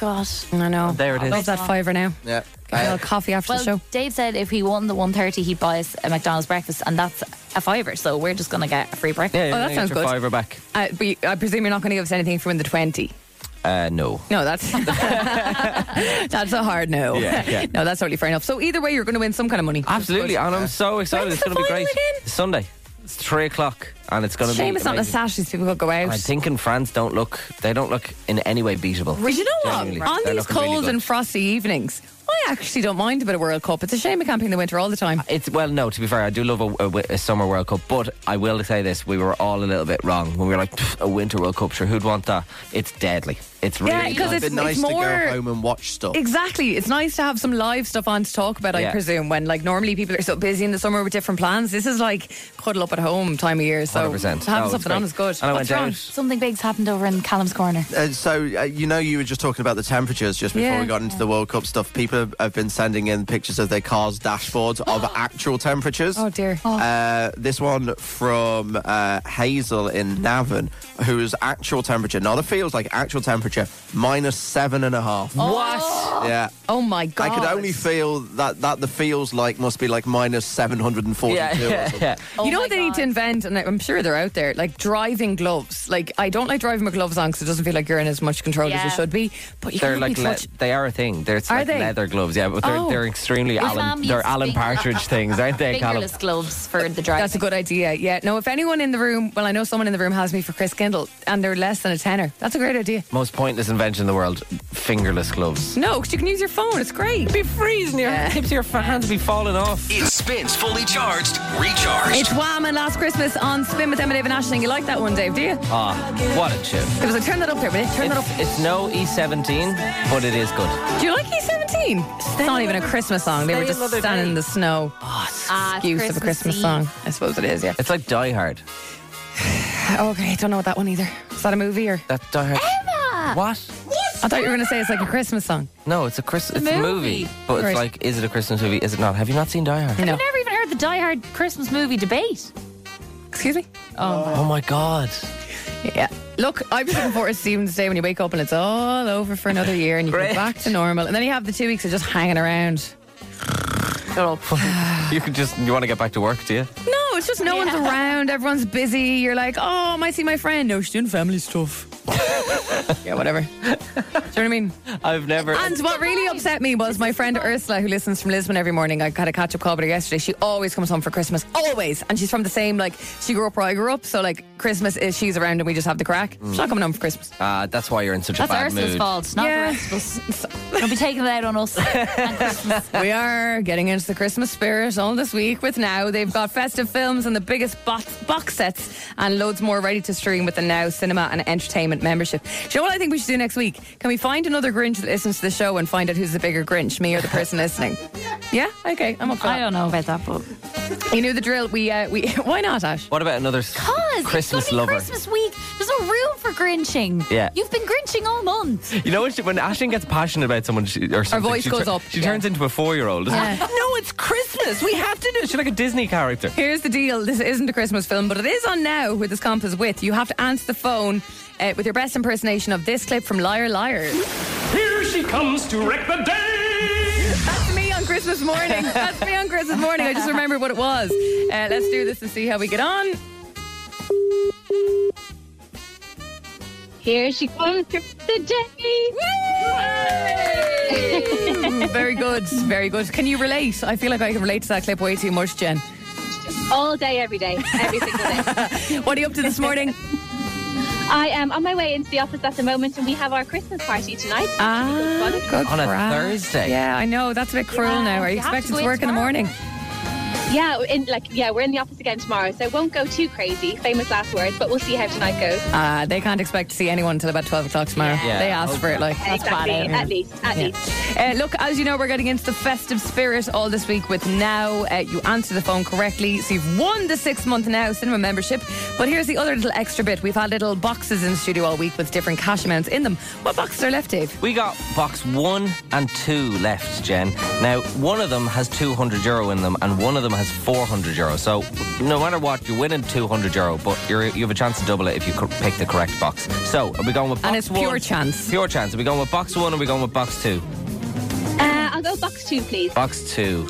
D: God.
C: I know.
E: there it
C: I
E: is.
C: love that fiver now.
F: Yeah. Uh,
C: Get a little coffee after
D: Well,
C: the show.
D: Dave said if he won the 130, he'd buy us a McDonald's breakfast, and that's a fiver. So we're just going to get a free breakfast.
C: Oh, that sounds good.
E: Fiver back.
C: Uh, but you- I presume you're not going to give us anything if we win the 20.
E: Uh, no. [laughs]
C: No, that's [laughs] that's a hard no.
E: Yeah, yeah.
C: [laughs] No, that's totally fair enough. So either way, you're going to win some kind of money.
E: Absolutely, and I'm so excited.
C: When's
E: It's going
C: the
E: to be
C: final
E: great. Sunday. It's three o'clock, and it's going to be.
C: Shame it's not on a
E: amazing.
C: Saturday. so People could go out.
E: I'm thinking France don't look. They don't look in any way beatable.
C: Well, you know what?
E: Genuinely.
C: On
E: They're
C: these
E: looking really
C: cold
E: good.
C: and frosty evenings, I actually don't mind a bit of World Cup. It's a shame it can't be in the winter all the time.
E: It's well, no. To be fair, I do love a, a- a summer World Cup, but I will say this: we were all a little bit wrong when we were like "Pff, a winter World Cup. Sure, who'd want that? It's deadly. It's really
C: Yeah, 'cause
E: deadly.
C: it's- It'd be nice it's to go more- home
F: and watch stuff.
C: Exactly. It's nice to have some live stuff on to talk about, I
E: Yeah.
C: presume, when like normally people are so busy in the summer with different plans. This is like cuddle up at home time of year. So
F: 100%.
C: having
F: No, it's
C: something on
F: great.
C: is good.
F: And I
C: What's
F: went
C: wrong?
F: out.
D: Something big's happened over in Callum's corner.
F: Uh, so uh, you know you were just talking about the temperatures just before
D: Yeah.
F: we got into the World Cup stuff. People have, have been sending in pictures of their cars' dashboards of
C: [gasps]
F: actual temperatures.
C: Oh dear.
F: Uh, this one from uh, Hazel in Navan, whose actual temperature, not a feels like actual temperature, minus seven and a half.
C: What?
F: Yeah.
C: Oh my Oh, god.
F: I could only feel that that the feels like must be like minus seven hundred and forty-two.
C: Yeah. [laughs]
F: or something.
C: you know what they need to invent, and I'm sure they're out there, like driving gloves. Like I don't like driving my gloves on because it doesn't feel like you're in as much control as
D: Yeah.
C: you should be. But you
E: They're
C: can't
E: like
C: be
E: le-
C: touch-
E: they are a thing. They're it's
C: Are
E: like
C: they?
E: leather gloves, yeah, but they're,
C: Oh.
E: they're extremely
C: My
E: Alan.
C: mum
E: They're
C: used
E: Alan
C: finger- [laughs]
E: Partridge things, aren't they, Colin?
D: Fingerless gloves for the drive.
C: That's a good idea. Yeah. No, if anyone in the room, well, I know someone in the room has me for Chris Kindle, and they're less than a tenner. That's a great idea.
E: Most pointless invention in the world: fingerless gloves.
C: No, because you can use your phone. It's great. It'd
E: be freezing. Your tips of your hands would be falling off.
A: It spins fully charged, recharged.
C: It's Wham and Last Christmas on Spin with Emma, Dave and Ashling. You like that one, Dave, do you?
E: Ah, what a tune!
C: It was like, turn that up there, but turn that up.
E: It's no E17, but it is good.
C: Do you like E17? It's not even a Christmas song. They were
E: stay
C: just
E: another
C: standing in the snow. Oh,
D: Ah,
C: excuse of a Christmas song. I suppose it is, yeah.
E: It's like Die Hard.
C: Okay, I don't know what that one either. Is that a movie or?
E: That Die Hard. What?
C: I thought you were going to say it's like a Christmas song.
E: No, it's a Christmas. It's,
C: a
E: a movie,
C: movie.
E: but
C: Right.
E: it's like, is it a Christmas movie? Is it not? Have you not seen Die Hard?
D: I've never even heard the Die Hard Christmas movie debate.
C: Excuse me?
D: Oh,
E: Oh my god!
C: Yeah. Look, I'm just looking forward to Stephen's Day when you wake up and it's all over for another year and you go
E: Great.
C: back to normal. And then you have the two weeks of just hanging around.
E: you could just you want to get back to work, do you?
C: No, it's just no one's around. Everyone's busy. You're like, oh, I might see my friend. No, she's doing family stuff. yeah, whatever. Do you know what I mean?
E: I've never.
C: And what really upset me was my friend Ursula, who listens from Lisbon every morning. I had a catch up call with her yesterday. She always comes home for Christmas, always. And she's from the same, like, she grew up where I grew up. So, like, Christmas is she's around and we just have the crack. She's not coming home for Christmas.
E: Uh, that's why you're in such
D: That's
E: a bad
D: Ursula's
E: mood.
D: fault, not the rest
C: [laughs]
D: of us. Don't be taking it out on us.
E: Uh.
C: we are getting into the Christmas spirit all this week with Now. They've got festive films and the biggest box, box sets and loads more ready to stream with the Now Cinema and Entertainment membership. Do you know what I think we should do next week? Can we find another Grinch that listens to the show and find out who's the bigger Grinch, me or the person
E: [laughs]
C: listening? Yeah? Okay, I'm up for
D: I
C: that.
D: don't know about that, but
C: You knew the drill. We, [laughs] uh, we Why not, Ash?
E: What about another s-
D: Cause
E: Christmas
D: it's gonna be
E: lover?
D: Christmas week. There's no room for for grinching.
E: Yeah.
D: You've been grinching all month.
E: You know when, she, when Ashton gets passionate about someone she, or something,
D: voice
E: she
D: goes up,
E: She
D: yeah.
E: turns into a four-year-old. isn't
C: Yeah.
E: she? No, it's Christmas. We have to do it. She's like a Disney character.
C: Here's the deal. This isn't a Christmas film, but it is on now with this comp is with. You have to answer the phone uh, with your best impersonation of this clip from Liar Liar.
O: Here she comes to wreck the day.
C: That's me on Christmas morning. That's me on Christmas morning. I just remembered what it was. Uh, let's do this and see how we get on.
G: Here she comes to the day.
C: Mm, very good. Very good. Can you relate? I feel like I can relate to that clip way too much, Jen.
G: All day, every day, every single day.
C: What are you up to this morning?
G: I am on my way into the office at the moment, and we have our Christmas party tonight.
C: Ah, good
E: [laughs] On a
C: crack.
E: Thursday.
C: Yeah, I know. That's a bit cruel
G: Yeah,
C: now. Are you
G: you have to
C: expected
G: go
C: to
G: in
C: work in the
G: tomorrow.
C: morning?
G: Yeah, in like yeah, we're in the office again tomorrow, so it won't go too crazy. Famous last words, but we'll see how tonight goes.
C: Uh, they can't expect to see anyone until about 12 o'clock tomorrow.
G: Yeah.
C: They asked for it, like.
G: exactly. At least, at
C: Yeah.
G: least.
C: Uh, look, as you know, we're getting into the festive spirit all this week with Now. Uh, you answer the phone correctly, so you've won the six month Now cinema membership. But here's the other little extra bit. We've had little boxes in the studio all week with different cash amounts in them. What boxes are left, Dave?
E: We got box one and two left, Jen. Now, one of them has 200 euro in them, and one of them has 400 euro. So, no matter what, you're winning 200 euro, but you're, you have a chance to double it if you co- pick the correct box. So, are we going with box
C: And it's
E: one?
C: pure chance.
E: Pure chance. Are we going with box one or are we going with box two?
G: Uh, I'll go box two, please.
E: Box two.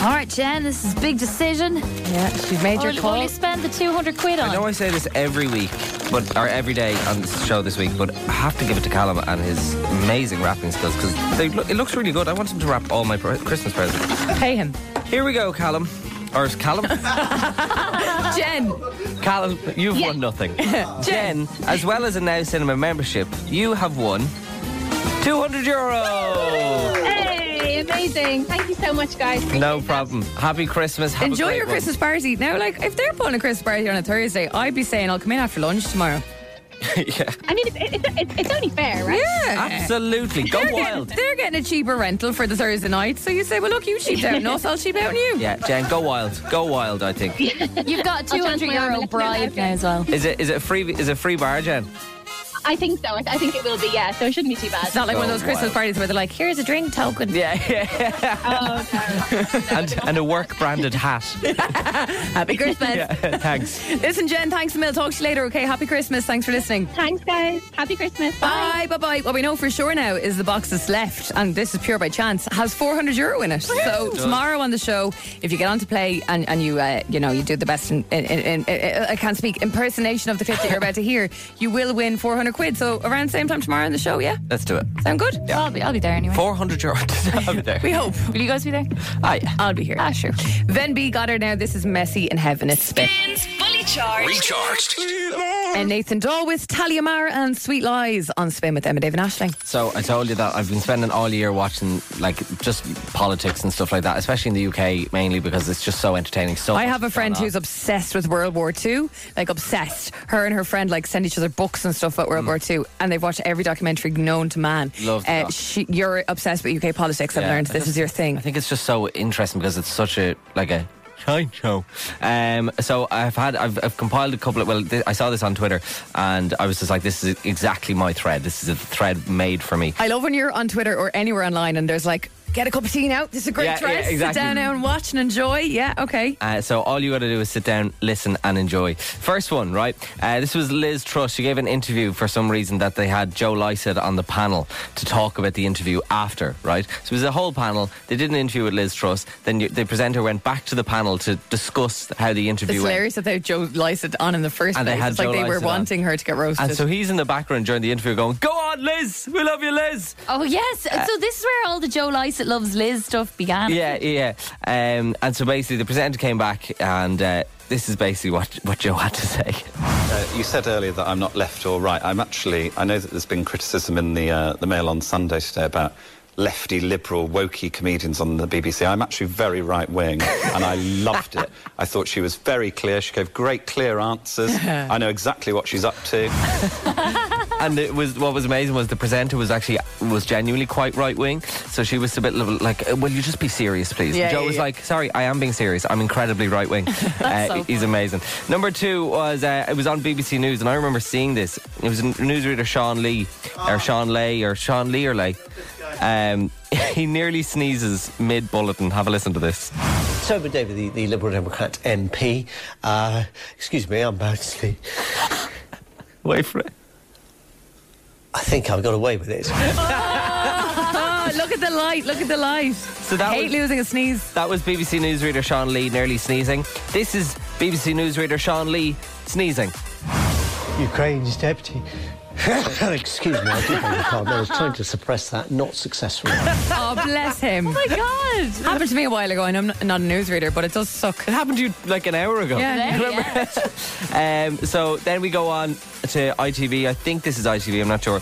D: All right, Jen, this is a big decision.
C: Yeah, she's made
E: your call.
D: Only spend Oh, the 200 quid
E: I
D: on.
E: know I say this every week, but or every day on the show this week, but I have to give it to Callum and his amazing wrapping skills because look, it looks really good. I want him to wrap all my pre- Christmas presents.
C: Pay him.
E: Here we go, Callum. Or is Callum?
C: Jen.
E: Callum, you've won
C: [laughs]
E: nothing. Jen, as well as a Now Cinema membership, you have won 200 euro.
G: Hey, amazing! Thank you so much, guys.
E: No problem. Happy Christmas. Have a
C: Enjoy
E: great
C: your
E: one.
C: Christmas party. Now, like, if they're pulling a Christmas party on a Thursday, I'd be saying I'll come in after lunch tomorrow.
E: yeah.
G: I mean, it's, it's, it's, it's only fair, right?
C: Yeah.
E: Absolutely.
C: [laughs]
E: Go
C: they're
E: wild.
C: Getting, they're getting a cheaper rental for the Thursday night, so you say, well, look, you cheaped out on us, I'll cheap out on you.
E: Yeah, Jen, go wild. Go wild, I think.
D: You've got a 200
G: I'll transfer your
D: euro
G: listener
D: bribe
E: [laughs]
G: voucher.
D: now as well.
E: Is it is it a free is it a free bar, Jen?
G: [laughs] I think so. I, I think it will be. Yeah, so it shouldn't be too bad.
C: It's not like one of those
E: So
C: Christmas
E: wild.
C: parties where they're like, here's a drink token.
E: Yeah, yeah. and and a work branded hat.
C: [laughs] Happy Christmas.
E: [laughs] yeah, thanks.
C: Listen, Jen, thanks a mil. Talk to you later, okay? Happy Christmas. Thanks for listening.
G: Thanks, guys. Happy Christmas.
C: Bye, bye, bye. What we know for sure now is the box that's left, and this is pure by chance, has 400 euro in it. So tomorrow on the show, if you get on to play and, and you uh, you know you do the best in, in, in, in I can't speak impersonation of the clip that you're about to [laughs] hear, you will win 400 quid. So around the same time tomorrow on the show, yeah.
E: Let's do it.
C: Sound good?
D: I'll, be, I'll be there anyway.
E: 400 [laughs] euro.
C: [laughs]
E: I'll be there.
C: We hope.
D: Will you guys be there?
E: Aye.
C: I'll be here.
D: Ah, sure.
C: Then B got her now. This is Messy in Heaven. It's spin.
L: Spins Fully Charged.
S: [laughs]
A: Recharged.
C: And Nathan Dahl with Talia Mar and Sweet Lies on Spin with Emma David Ashling.
E: So I told you that I've been spending all year watching like just politics and stuff like that, especially in the UK mainly because it's just so entertaining. So
C: I
E: much
C: have a
E: is
C: friend
E: going
C: who's obsessed with World War II, like obsessed. Her and her friend like send each other books and stuff about World War II, and they've watched every documentary known to man.
E: Mm. Love
C: uh,
E: that.
C: she, You're obsessed with UK politics. I've
E: Yeah,
C: learned
E: I
C: this is your
E: on.
C: thing.
E: I think it's just so interesting because it's such a like a shine show. Um, so I've had I've, I've compiled a couple of well th- I saw this on Twitter and I was just like this is exactly my thread. This is a thread made for me.
C: I love when you're on Twitter or anywhere online, and there's like, get a cup of tea now. This is a great
E: Yeah,
C: dress.
E: yeah,
C: Sit
E: exactly.
C: down now and watch and enjoy. Yeah, okay.
E: Uh, so all you got to do is sit down, listen, and enjoy. First one, right? Uh, this was Liz Truss. She gave an interview for some reason that they had Joe Lycett on the panel to talk about the interview after, right? So it was a whole panel. They did an interview with Liz Truss. Then you, the presenter went back to the panel to discuss how the interview
C: It's
E: went.
C: hilarious that they had Joe Lycett on in the first
E: And they
C: place.
E: had
C: it's like
E: Joe
C: they were
E: Lycett on.
C: wanting her to get roasted.
E: And so he's in the background during the interview going, Go on, Liz! We love you, Liz!
D: Oh, yes. so this is where all the Joe Lycett loves Liz stuff began.
E: Yeah, yeah. Um, and so basically, the presenter came back, and uh, this is basically what, what Joe had to say.
T: Uh, you said earlier that I'm not left or right. I'm actually. I know that there's been criticism in the uh, the Mail on Sunday today about lefty, liberal, wokey comedians on the BBC. I'm actually very right
D: [laughs]
T: wing, and I loved it. I thought she was
D: [laughs]
T: very clear. She gave great, clear answers. I know exactly what she's up to.
E: and it was what was amazing was the presenter was actually was genuinely quite right wing. So she was a bit of like, "Uh, "Will you just be serious, please?"
I: Yeah,
E: Joe
I: yeah,
E: was
I: yeah.
E: like, "Sorry, I am being serious. I'm incredibly
I: [laughs]
E: right wing."
I: That's so
E: he's amazing. Number two was uh, it was on BBC News, and I remember seeing this. It was newsreader Sean Lee or Sean Lay or Sean Lee or Lay. Um, [laughs] he nearly sneezes mid bulletin. Have a listen to this.
U: So, but David, the, the Liberal Democrat MP. Uh, excuse me, I'm mostly.
E: Wait for it.
U: I think I got away with it.
C: Oh, look at the light. Look at the light. So
E: that
C: Hate
E: was-
C: losing a sneeze.
E: That was BBC newsreader Sean Lee nearly sneezing. This is BBC newsreader Sean Lee sneezing.
U: Ukraine's deputy. [laughs] excuse me, I did beg your pardon. I was trying to suppress that, not successfully.
C: oh, bless him. Oh my God. happened to me a while ago, and I'm not, not a newsreader, but it does suck. It
E: happened to you like an hour ago.
C: Yeah.
E: Um, so then we go on to ITV. I think this is ITV. I'm not sure.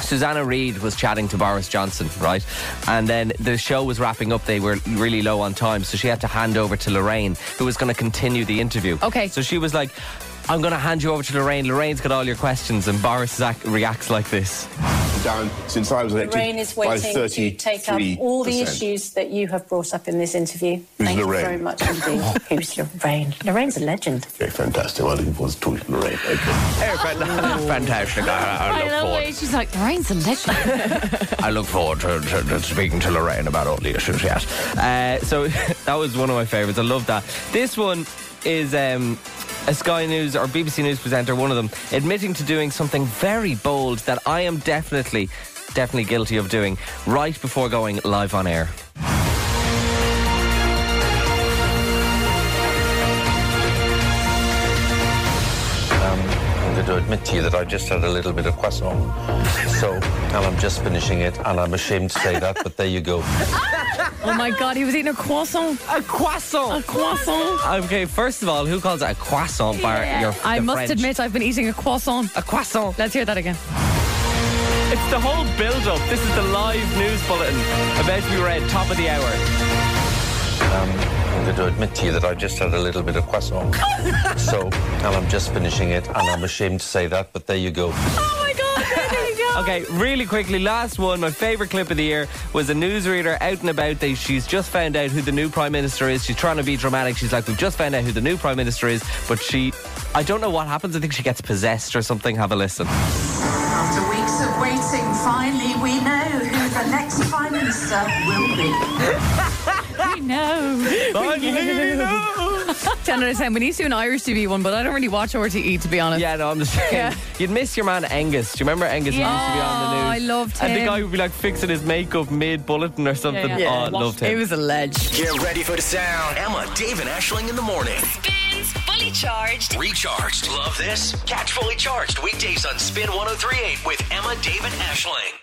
E: Susanna Reid was chatting to Boris Johnson, right? And then the show was wrapping up. They were really low on time, so she had to hand over to Lorraine, who was going to continue the interview. Okay. So she was like, "I'm going to hand you over to Lorraine. Lorraine's got all your questions." And Boris act- reacts like this.
S: down since I was elected
V: Lorraine is
S: by
V: waiting to
S: 33%.
V: take up all the issues that you have brought up in this interview.
S: Who's
V: Thank
S: Lorraine?
V: you very much
S: [laughs]
V: indeed. Who's Lorraine? Lorraine's a legend.
S: Okay, fantastic. I'm looking forward to talking to Lorraine. Okay. [laughs] fantastic. I,
D: I love the way she's like, Lorraine's a legend.
S: I look forward to, to, to speaking to Lorraine about all the issues, yes.
E: Uh, so [laughs] that was one of my favourites. I love that. This one is um, a Sky News or BBC News presenter, one of them, admitting to doing something very bold that I am definitely, definitely guilty of doing right before going live on air.
J: Um, I'm going to admit to you that I just had a little bit of croissant. So, and I'm just finishing it, and I'm ashamed to say that, but there you go.
C: Oh my God, he was eating a croissant.
E: A croissant.
C: A croissant.
E: Okay, first of all, who calls it a croissant bar? Your,
C: I
E: the
C: must
E: French?
C: admit, I've been eating a croissant.
E: A croissant.
C: Let's hear that again.
E: It's the whole build up. This is the live news bulletin about to be read, top of the hour.
J: Um, I'm going to admit to you that I just had a little bit of
V: [laughs]
J: croissant. So, and I'm just finishing it, and I'm ashamed to say that, but there you go.
E: Okay, really quickly, last one. My favourite clip of the year was a newsreader out and about. They, she's just found out who the new Prime Minister is. She's trying to be dramatic. She's like, We've just found out who the new Prime Minister is. But she, I don't know what happens. I think she gets possessed or something. Have a listen.
W: After weeks of waiting, finally we know who the next Prime Minister will be.
C: we know.
E: Finally, we know.
C: 10 out of 10. We need to do an Irish TV one, but I don't really watch RTE, E, to be honest.
E: Yeah, no, I'm just saying. You'd miss your man Angus. Do you remember Angus who used to be on the
C: Yeah. Oh, I
E: news?
C: loved
E: And the
C: him.
E: guy would be like fixing his makeup mid bulletin or something.
C: Yeah, yeah.
E: Oh, I loved him.
C: He was a ledge.
A: Get ready for the sound. Emma, Dave, and Ashling in the morning. Spins fully charged. oh Recharged. Love this? Catch fully charged weekdays on Spin 1038 with Emma, Dave, and Ashling.